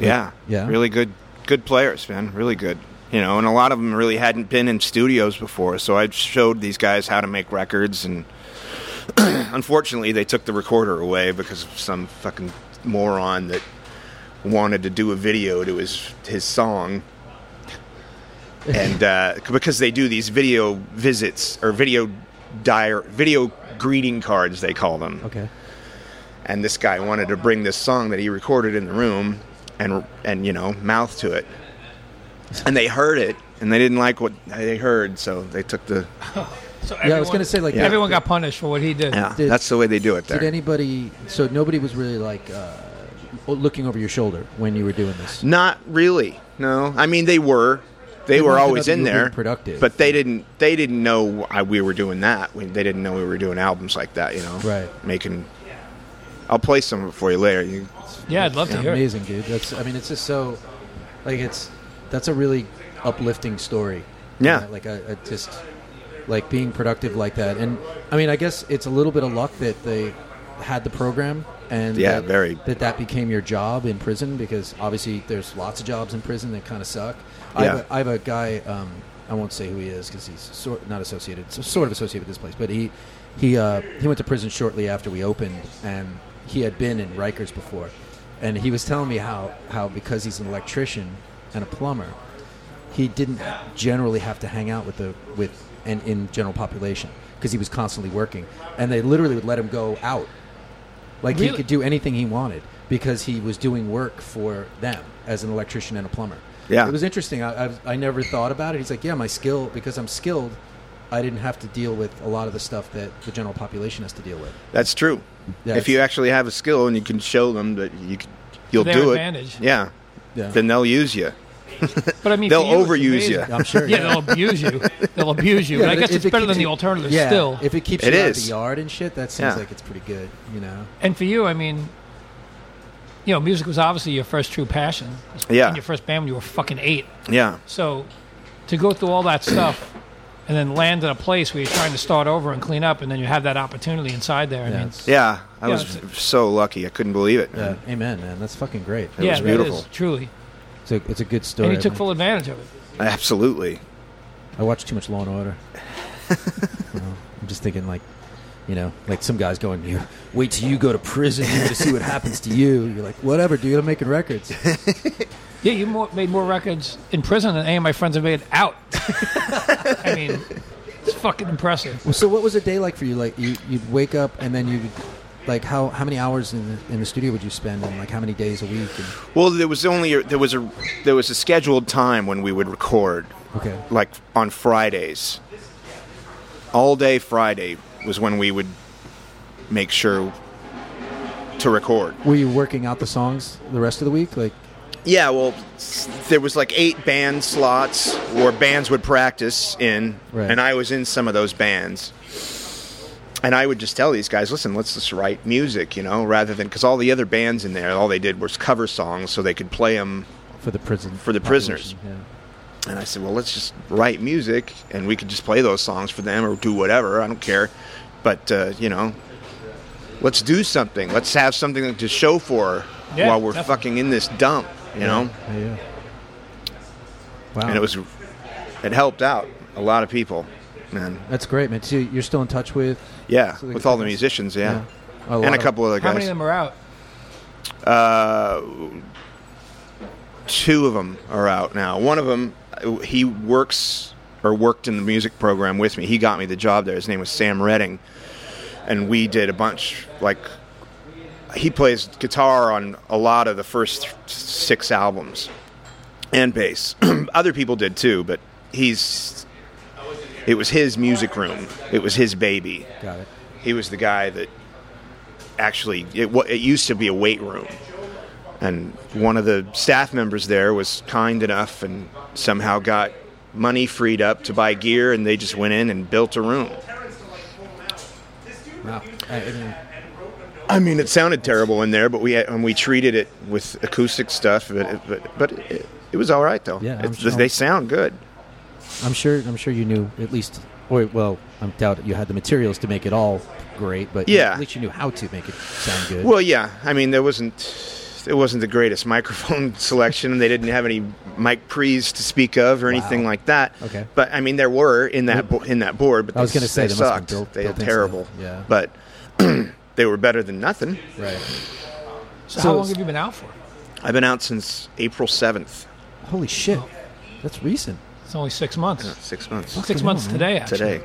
yeah
Yeah.
really good good players man really good you know and a lot of them really hadn't been in studios before so i showed these guys how to make records and *clears throat* unfortunately they took the recorder away because of some fucking moron that wanted to do a video to his his song and uh, c- because they do these video visits or video dire video greeting cards they call them
okay,
and this guy wanted to bring this song that he recorded in the room and and you know mouth to it and they heard it and they didn't like what they heard so they took the
So
yeah, I was
everyone-
gonna say like
Yeah.
did-
Everyone got punished for what he did.
yeah
Did-
that's the way they do it there
Did anybody? So nobody was really like uh, looking over your shoulder when you were doing this.
Not really. No, I mean they were, they,
They wanted
were
to
always
know that
in
you were
there,
being productive.
But they didn't. They didn't know I, we were doing that. We, they didn't know we were doing albums like that. You know,
Right.
Making. I'll play some of it for you later. You,
Yeah, I'd love to hear it.
Amazing, dude. That's. I mean, it's just so, like, it's that's a really uplifting story.
Yeah.
Uh, like a, a just like being productive like that, and I mean, I guess it's a little bit of luck that they had the program and
Yeah,
that,
very.
that that became your job in prison because obviously there's lots of jobs in prison that kind of suck. I,
Yeah.
have a, I have a guy. Um, I won't say who he is because he's sort not associated, so- sort of associated with this place. But he he uh, he went to prison shortly after we opened, and he had been in Rikers before, and he was telling me how how because he's an electrician and a plumber, he didn't generally have to hang out with the with and in general population because he was constantly working, and they literally would let him go out like he
Really?
could do anything he wanted because he was doing work for them as an electrician and a plumber.
Yeah.
it was interesting. I, I, I never thought about it. He's like, yeah, my skill because I'm skilled, I didn't have to deal with a lot of the stuff that the general population has to deal with.
that's true.
Yeah,
if you
it's-
actually have a skill and you can show them that you can, you'll
their
do
advantage.
it. Yeah.
Yeah.
Then they'll use you.
But I mean,
They'll
for you, it's
overuse
amazing.
ya.
I'm sure.
*laughs* Yeah, they'll abuse you. They'll abuse you.
Yeah,
but I
but
guess
if
it's
it
better than
keeps
the
you-
alternative
yeah,
still.
if it keeps
It
you out of the
is.
yard and shit, that seems
Yeah.
like it's pretty good, you know.
and for you, I mean, you know, music was obviously your first true passion.
Yeah.
In your first band when you were fucking eight.
Yeah.
So to go through all that stuff and then land in a place where you're trying to start over and clean up and then you have that opportunity inside there. I
Yeah,
mean,
it's-
Yeah. I
Yeah,
was
it's-
so lucky. I couldn't believe it.
yeah,
man.
amen, man. That's fucking great.
yeah,
was
that is,
beautiful.
truly.
It's a, it's a good story.
And you took
man.
full advantage of it.
Absolutely.
I watch too much Law and
*laughs*
Order. You know, I'm just thinking like, you know, like some guys going, "You
*laughs*
wait till you go to prison to see what happens to you." You're like, "Whatever, dude. I'm making records."
Yeah, you more, made more records in prison than any of my friends have made out. *laughs* I mean, it's fucking impressive.
So what was a day like for you? Like you, you'd wake up and then you, would like how how many hours in the, in the studio would you spend and like how many days a week? And,
Well, there was only a, there was a there was a scheduled time when we would record,
okay.
like on Fridays. All day Friday was when we would make sure to record.
Were you working out the songs the rest of the week? Like
Yeah, well, s- there was like eight band slots where bands would practice in,
Right.
and I was in some of those bands. And I would just tell these guys, listen, let's just write music, you know, rather than because all the other bands in there, all they did was cover songs so they could play them.
for the prison
For the prisoners.
population,
And I said, well, let's just write music, and we could just play those songs for them or do whatever. I don't care, but uh, you know, let's do something. Let's have something to show for
Yeah,
while we're
definitely.
fucking in this dump, you know.
Yeah. yeah. Wow.
and it was it helped out a lot of people man
That's great, man. So you're still in touch with?
yeah
So they-
with all the musicians yeah,
Yeah. A lot
and a
of-
couple other
How many
guys
of them are out?
two of them are out now one of them he works or worked in the music program with me he got me the job there his name was sam redding and we did a bunch like he plays guitar on a lot of the first six albums and bass *clears throat* other people did too but he's it was his music room it was his baby
Got it.
he was the guy that actually it, wa- it used to be a weight room and one of the staff members there was kind enough and somehow got money freed up to buy gear and they just went in and built a room
Wow. I, I mean,
i mean it sounded terrible in there but we had, and we treated it with acoustic stuff but it, but, but it, it was all right though
Yeah, I'm
It's-
sure.
they sound good
I'm sure. I'm sure you knew at least. Or well, I'm doubt you had the materials to make it all great, but
Yeah.
at least you knew how to make it sound good.
Well, yeah. I mean, there wasn't it wasn't the greatest *laughs* microphone selection. They didn't have any mic pre's to speak of or anything like that.
Okay.
But I mean, there were in that bo- in that board. But
I was
they-
gonna say
they
there must have
sucked.
been built-
they were
built-in
terrible.
stuff, yeah.
But *clears throat* they were better than nothing.
Right.
So,
So-
how long have you been out for?
I've been out since April seventh.
Holy shit, that's recent.
It's only six months.
Six months.
Six months today, actually.
Today.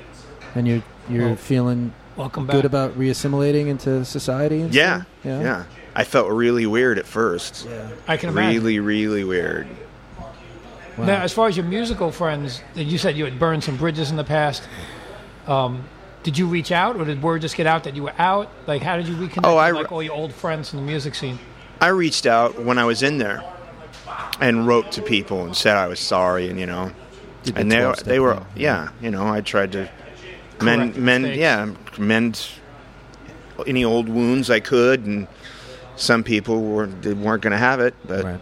And you're you're feeling
Welcome back.
good about reassimilating into society. And
Yeah.
stuff?
yeah.
Yeah.
I felt really weird at first.
I can imagine.
Really, really weird.
Wow.
Now, as far as your musical friends, that you said you had burned some bridges in the past. Um, did you reach out, or did word just get out that you were out? Like, how did you reconnect
Oh,
with,
I re-
like all your old friends in the music scene?
I reached out when I was in there and wrote to people and said I was sorry and you know
Did the
and they
12-step
they were
thing.
yeah, you know, I tried to mend
Correct
mend
mistakes.
yeah, mend any old wounds I could and some people were they weren't going to have it, but
Right.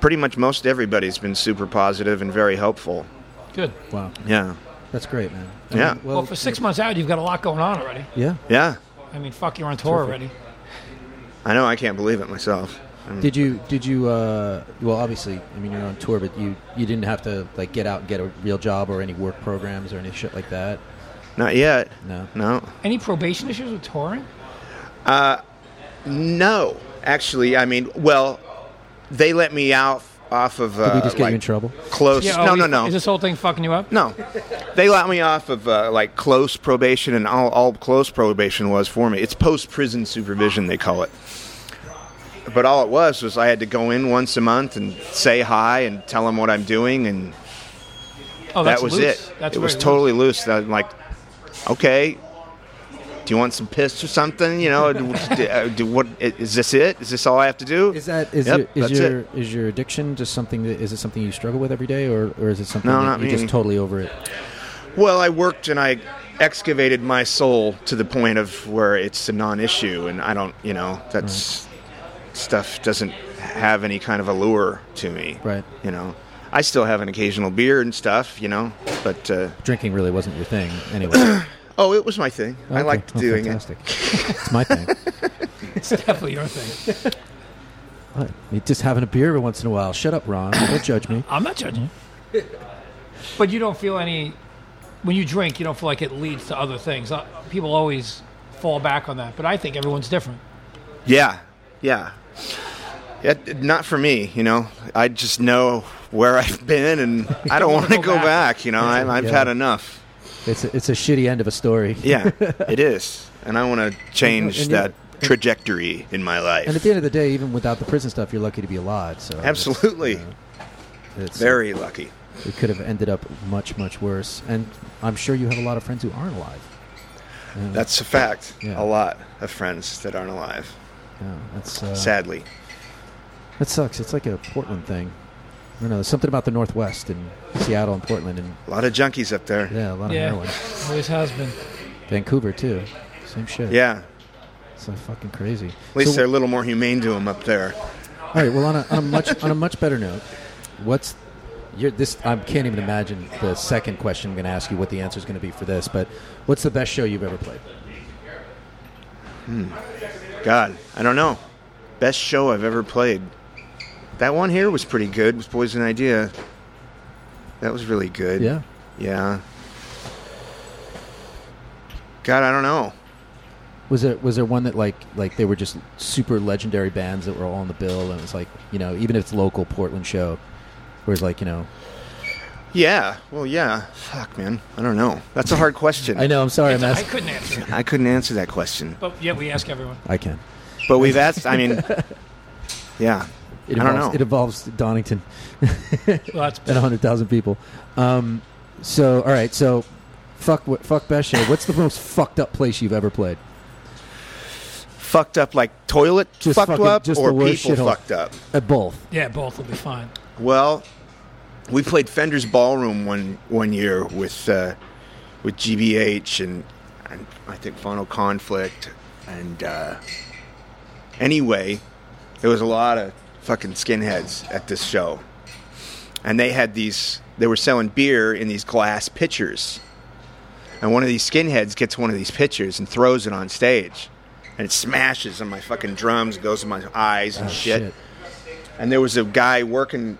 pretty much most everybody's been super positive and very helpful.
Good.
Wow.
Yeah.
That's great, man.
Yeah.
mean,
Well, for six months out, you've got a lot going on already.
yeah.
Yeah.
I mean, fuck, you're on tour already.
I know I can't believe it myself. I'm-
Did you did you uh, well obviously I mean you're on tour but you you didn't have to like get out and get a real job or any work programs or any shit like that.
Not yet.
No.
No.
Any probation issues with touring?
No, actually, I mean, well, they let me out off of. Uh,
we just get you
like,
in trouble?
Close.
Yeah,
no,
oh,
no,
you-
no,
Is this whole thing fucking you up?
no. They let me off of uh, like close probation, and all, all close probation was for me. It's post prison supervision, they call it. But all it was was I had to go in once a month and say hi and tell them what I'm doing, and
Oh, that's
that was
loose.
it.
That's
it was
very
totally loose. I'm like, okay, do you want some piss or something? You know, do, *laughs* uh, do, what is this? It is this all I have to do?
Is that is
Yep,
your, is
that's
your
it.
is your addiction just something that is it something you struggle with every day or, or is it something
No,
that
not
you're just
me.
totally over it?
Well, I worked and I excavated my soul to the point of where it's a non-issue, and I don't, you know, that's stuff doesn't have any kind of allure to me.
Right.
You know, I still have an occasional beer and stuff, you know, but uh,
Drinking really wasn't your thing
*coughs*
anyway.
oh, it was my thing. I
Okay.
liked
Oh,
doing it.
fantastic. it's my thing.
loose. *laughs* It's definitely your thing.
What? You Just having a beer every once in a while. Shut up, Ron. Don't judge me.
I'm not judging you. *laughs* but you don't feel any. When you drink, you don't feel like it leads to other things. Uh, People always fall back on that, but I think everyone's different.
Yeah, yeah. It, not for me, you know. I just know where *laughs* I've been, and I
*laughs*
don't want to go back. You know, I, I've
Yeah.
had enough.
It's a, it's a shitty end of a story. *laughs*
Yeah, it is, and I want to change
And you-
that trajectory in my
And at
life.
the end of the day, even without the prison stuff, you're lucky to be alive. So it's-
Absolutely,
it's-
very lucky.
It could have ended up much much worse. And I'm sure you have a lot of friends who aren't alive.
That's a fact.
Yeah.
A lot of friends that aren't alive,
Yeah, that's uh,
sadly.
That sucks. It's like a Portland thing. I don't know. There's something about the Northwest and Seattle and Portland and
A lot of junkies up there.
yeah, a lot of
Yeah,
heroin.
always has been.
Vancouver too. Same shit.
Yeah.
It's so fucking crazy.
At least
So-
they're a little more humane to them up there.
all right. Well, on a, on a much on a much better note, what's your this? I can't even imagine the second question I'm going to ask you. What the answer is going to be for this? But what's the best show you've ever played?
God, I don't know. Best show I've ever played. That one here was pretty good. Was Poison Idea. That was really good.
Yeah.
Yeah. God, I don't know.
Was there was there one that like like they were just super legendary bands that were all on the bill and it was like you know even if it's local Portland show, where it's like you know
Yeah. Well, yeah. Fuck, man. I don't know. That's a hard question.
I know I'm sorry I'm
I
asking
couldn't answer, it,
I couldn't answer that question.
but yeah, we ask everyone.
I can.
But we've asked. I
*laughs*
mean, yeah.
It
I
involves,
don't know.
It involves Donington
Well, that's
and 100,000 people. Um, so, all right. So, fuck, wh- fuck best show. What's the most fucked up place you've ever played?
fucked up like toilet
Just
fucked
fucking-
up
just
or
the worst
people
shithole.
fucked up.
At Uh, both.
yeah, both will be fine.
Well, we played Fender's Ballroom one one year with uh, with GBH and, and I think Final Conflict and uh, anyway, there was a lot of fucking skinheads at this show, and they had these. They were selling beer in these glass pitchers, and one of these skinheads gets one of these pitchers and throws it on stage, and it smashes on my fucking drums, goes in my eyes and
Oh,
shit and there was a guy working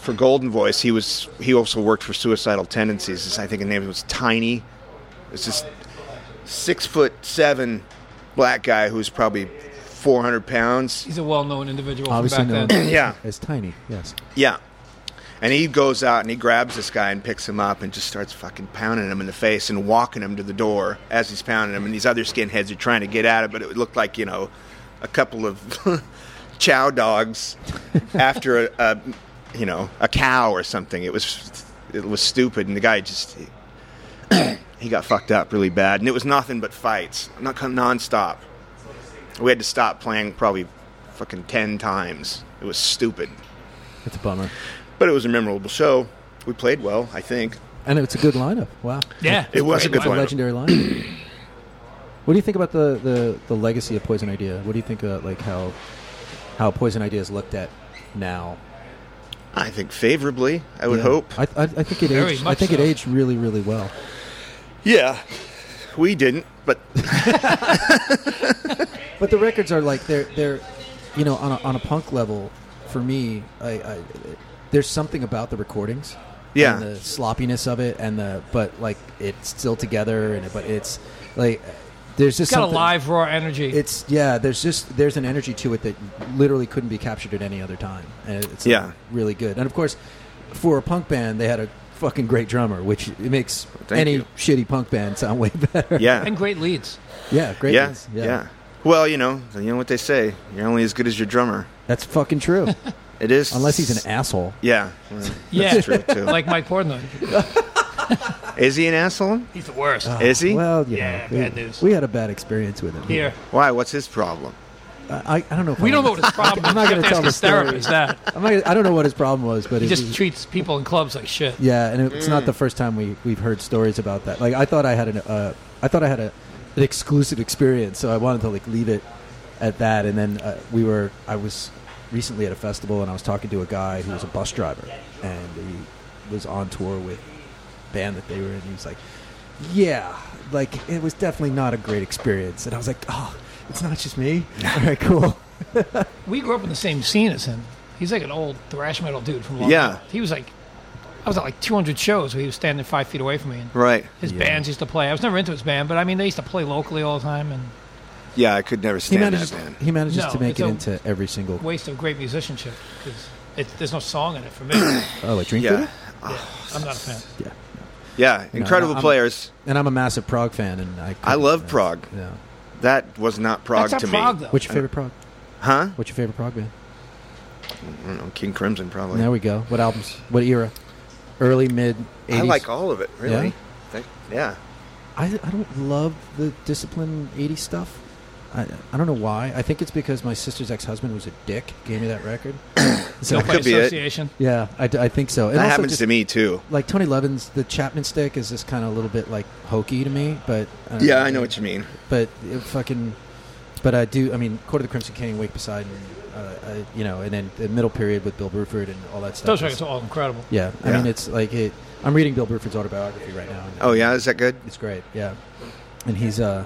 for Golden Voice. He was he also worked for Suicidal Tendencies. His- I think his name was Tiny. It's this six foot seven black guy who's probably four hundred pounds.
He's a well-known individual
Obviously
from back
known
then.
Yeah,
as Tiny. Yes.
yeah. And he goes out and he grabs this guy and picks him up and just starts fucking pounding him in the face and walking him to the door as he's pounding him. And these other skinheads are trying to get at it, but it looked like, you know, a couple of *laughs* chow dogs after a, a, you know, a cow or something. It was, it was stupid. And the guy just, he *clears throat* got fucked up really bad. And it was nothing but fights, not nonstop. We had to stop playing probably fucking 10 times. It was stupid.
It's a bummer.
But it was a memorable show. We played well, I think.
And it's a good lineup. Wow.
Yeah,
It was a
great
good
A
lineup.
lineup.
legendary lineup. *clears throat* what do you think about the, the, the legacy of Poison Idea? What do you think about like how how Poison Idea is looked at now?
I think favorably, I would
Yeah.
hope.
I, I, I think it
Very
aged. I
much
think it
so.
aged really, really well.
Yeah. We didn't,
*laughs*
but
But the records are like they're they're, you know, on a, on a punk level, for me, I, I there's something about the recordings,
Yeah.
and the sloppiness of it, and the but like it's still together, and it, but it's like there's just
It's got a
something-
live raw energy.
It's yeah. There's just there's an energy to it that literally couldn't be captured at any other time, and it's like,
Yeah.
really good. And of course, for a punk band, they had a fucking great drummer, which it makes
Thank
any
you.
shitty punk band sound way *laughs* better.
yeah.
and great leads.
yeah, great.
yeah.
ones,
yeah. Well, you know, you know what they say. You're only as good as your drummer.
that's fucking true.
It is
Unless he's an asshole.
Yeah.
*laughs*
Well,
Yeah,
That's true
*laughs*
too.
like Mike Portnoy.
is he an asshole?
He's the worst.
Ah.
Is he?
Uh, Well, you
Yeah,
know, we-
bad news.
We had a bad experience with him.
Here,
Why? What's his problem?
I, I- I don't know. If
we
I
don't know
wanna-
what his problem is.
*laughs* I'm not
You
going
have
to
to
tell
ask
the
his
story.
therapist that.
I'm not, gonna- I don't know what his problem was, but
He
it
just
was,
treats people in clubs like shit.
yeah, and it's
Mm.
not the first time we we've heard stories about that. Like I thought I had an uh, I thought I had a an exclusive experience, so I wanted to like leave it at that. And then uh, we were I was recently at a festival, and I was talking to a guy who was a bus driver, and he was on tour with band that they were in. He was like, "Yeah, like it was definitely not a great experience." And I was like, "Oh, it's not just me." All right, cool.
We grew up in the same scene as him. He's like an old thrash metal dude from Long
Yeah.
Island. He was like, I was at like 200 shows where he was standing five feet away from me. And
Right.
his
Yeah.
bands used to play. I was never into his band, but I mean, they used to play locally all the time. And
Yeah, I could never stand
manages,
that band.
he manages
No,
to make
it's
it
a-
into every single.
Waste of great musicianship because there's no song in it
*clears throat*
for me. Yeah,
Oh, like Dream
Yeah,
Theater?
I'm not a fan.
Yeah.
yeah,
No,
incredible
I'm-
players.
And I'm a massive Prague fan, and I.
I
couldn't-
love
that's-
Prague.
Yeah.
That was not Prague
That's not
to
Prague
me,
though.
What's your favorite Prague?
huh?
What's your favorite Prague band?
I don't know, King Crimson probably.
There we go. What albums? What era? Early, mid, 80s.
I like all of it really.
Yeah?
That- yeah.
I, I don't love the discipline 80s stuff. I, I don't know why. I think it's because my sister's ex husband was a dick, gave me
*coughs*
that record. so,
Guilt by
could be it.
association.
yeah, I, d- I think so.
that happens to me too.
Like Tony Levin's, the Chapman stick is just kind of a little bit like hokey to me, but. uh,
Yeah, I know what you mean.
But it fucking. But I do. I mean, Court of the Crimson King, Wake Poseidon, uh, I, you know, and then the middle period with Bill Bruford and all that stuff.
Those
is-
records are all incredible.
Yeah, I
Yeah.
mean, it's like it. I'm reading Bill Bruford's autobiography right now. and
Oh yeah, is that good?
it's great. Yeah, and he's a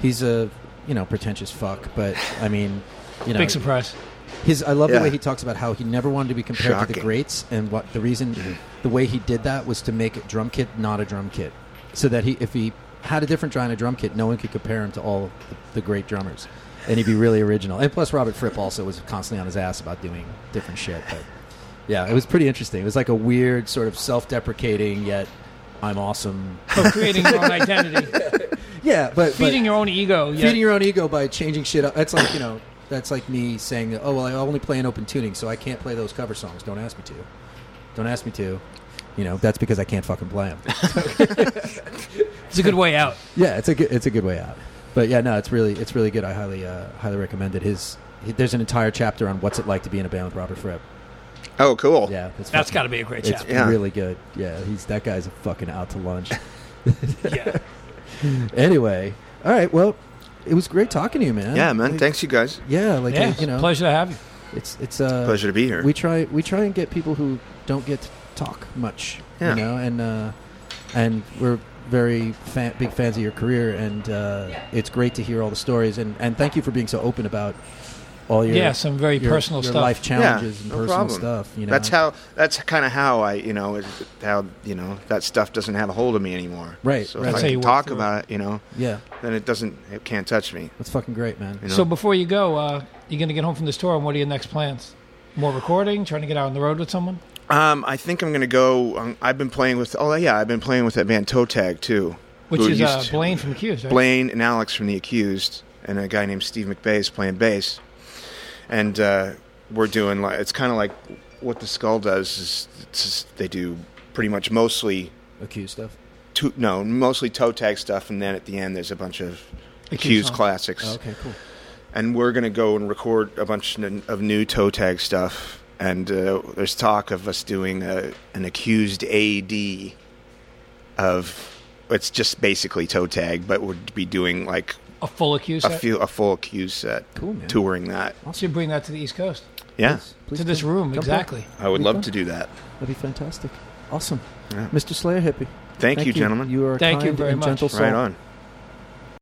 he's a you know pretentious fuck, but I mean, you know,
Big surprise.
His I love
Yeah.
the way he talks about how he never wanted to be compared to the
Shocking. Mm-hmm.
greats, and what the reason the way he did that was to make a drum kit not a drum kit, so that he if he had a different kind of drum kit, no one could compare him to all of the, the great drummers, and he'd be really original. And plus, Robert Fripp also was constantly on his ass about doing different shit, but. Yeah, it was pretty interesting. It was like a weird sort of self-deprecating yet I'm awesome.
So creating your own identity,
*laughs* Yeah, but but-
feeding your own ego. Yet,
feeding your own ego by changing shit up. That's like you know, that's like me saying, oh well, I only play in open tuning, so I can't play those cover songs. Don't ask me to. Don't ask me to. You know, that's because I can't fucking play
*laughs*
them.
it's a good way out.
yeah, it's a good, it's a good way out. But yeah, no, it's really it's really good. I highly uh, highly recommend it. His he, there's an entire chapter on what's it like to be in a band with Robert Fripp.
Oh, cool.
Yeah, it's
That's
fucking-
got to be a great
It's
chapter.
Yeah.
really good. Yeah, he's that guy's a fucking out
*laughs*
to lunch. *laughs*
Yeah.
anyway, all right. Well, it was great talking to you, man.
Yeah, man.
Like,
Thanks you guys.
Yeah, like
Yeah,
uh, you know,
pleasure to have you.
It's it's uh,
Pleasure to be here.
We try we try and get people who don't get to talk much,
Yeah.
you know, and uh, and we're very fan, big fans of your career, and uh, it's great to hear all the stories, and, and thank you for being so open about all your
Yeah, some very
your-
personal
your
stuff.
life challenges
yeah,
and
no
personal
problem.
stuff. You know,
That's how. That's kind of how I, you know, is how you know that stuff doesn't have a hold of me anymore.
Right,
So
right.
if
That's
I
how you
can
work
talk
through it.
about it, you know,
yeah,
then it doesn't. It can't touch me.
that's fucking great, man.
You know?
So before you go, uh, you're going to get home from this tour, and what are your next plans? More recording? Trying to get out on the road with someone?
Um, I think I'm gonna go. Um, I've been playing with. Oh yeah, I've been playing with that band Toe Tag too,
Which
who
is
used
uh,
to-
Blaine from Accused, right?
Blaine and Alex from The Accused, and a guy named Steve McBay is playing bass, and uh, we're doing like it's kind of like what the Skull does is it's just, they do pretty much mostly
Accused stuff.
to, no mostly toe tag stuff, and then at the end there's a bunch of
Accused
Accused
songs.
classics,
Oh, okay, cool.
and we're gonna go and record a bunch n- of new toe tag stuff. And uh, there's talk of us doing a, an accused AD of it's just basically toe tag, but we'd be doing like
A full Accused
a
set?
few a full Q set.
Cool, man.
Touring that.
Should bring that to the East Coast.
Yeah.
Please
to this
come-
room,
come
exactly.
back.
I would
Be
love
fun.
to do that.
That'd be fantastic. Awesome,
Yeah.
Mr. Slayer hippie.
Thank you, gentlemen.
You are a
Thank you
kind
very
and
much.
gentle soul.
Right on.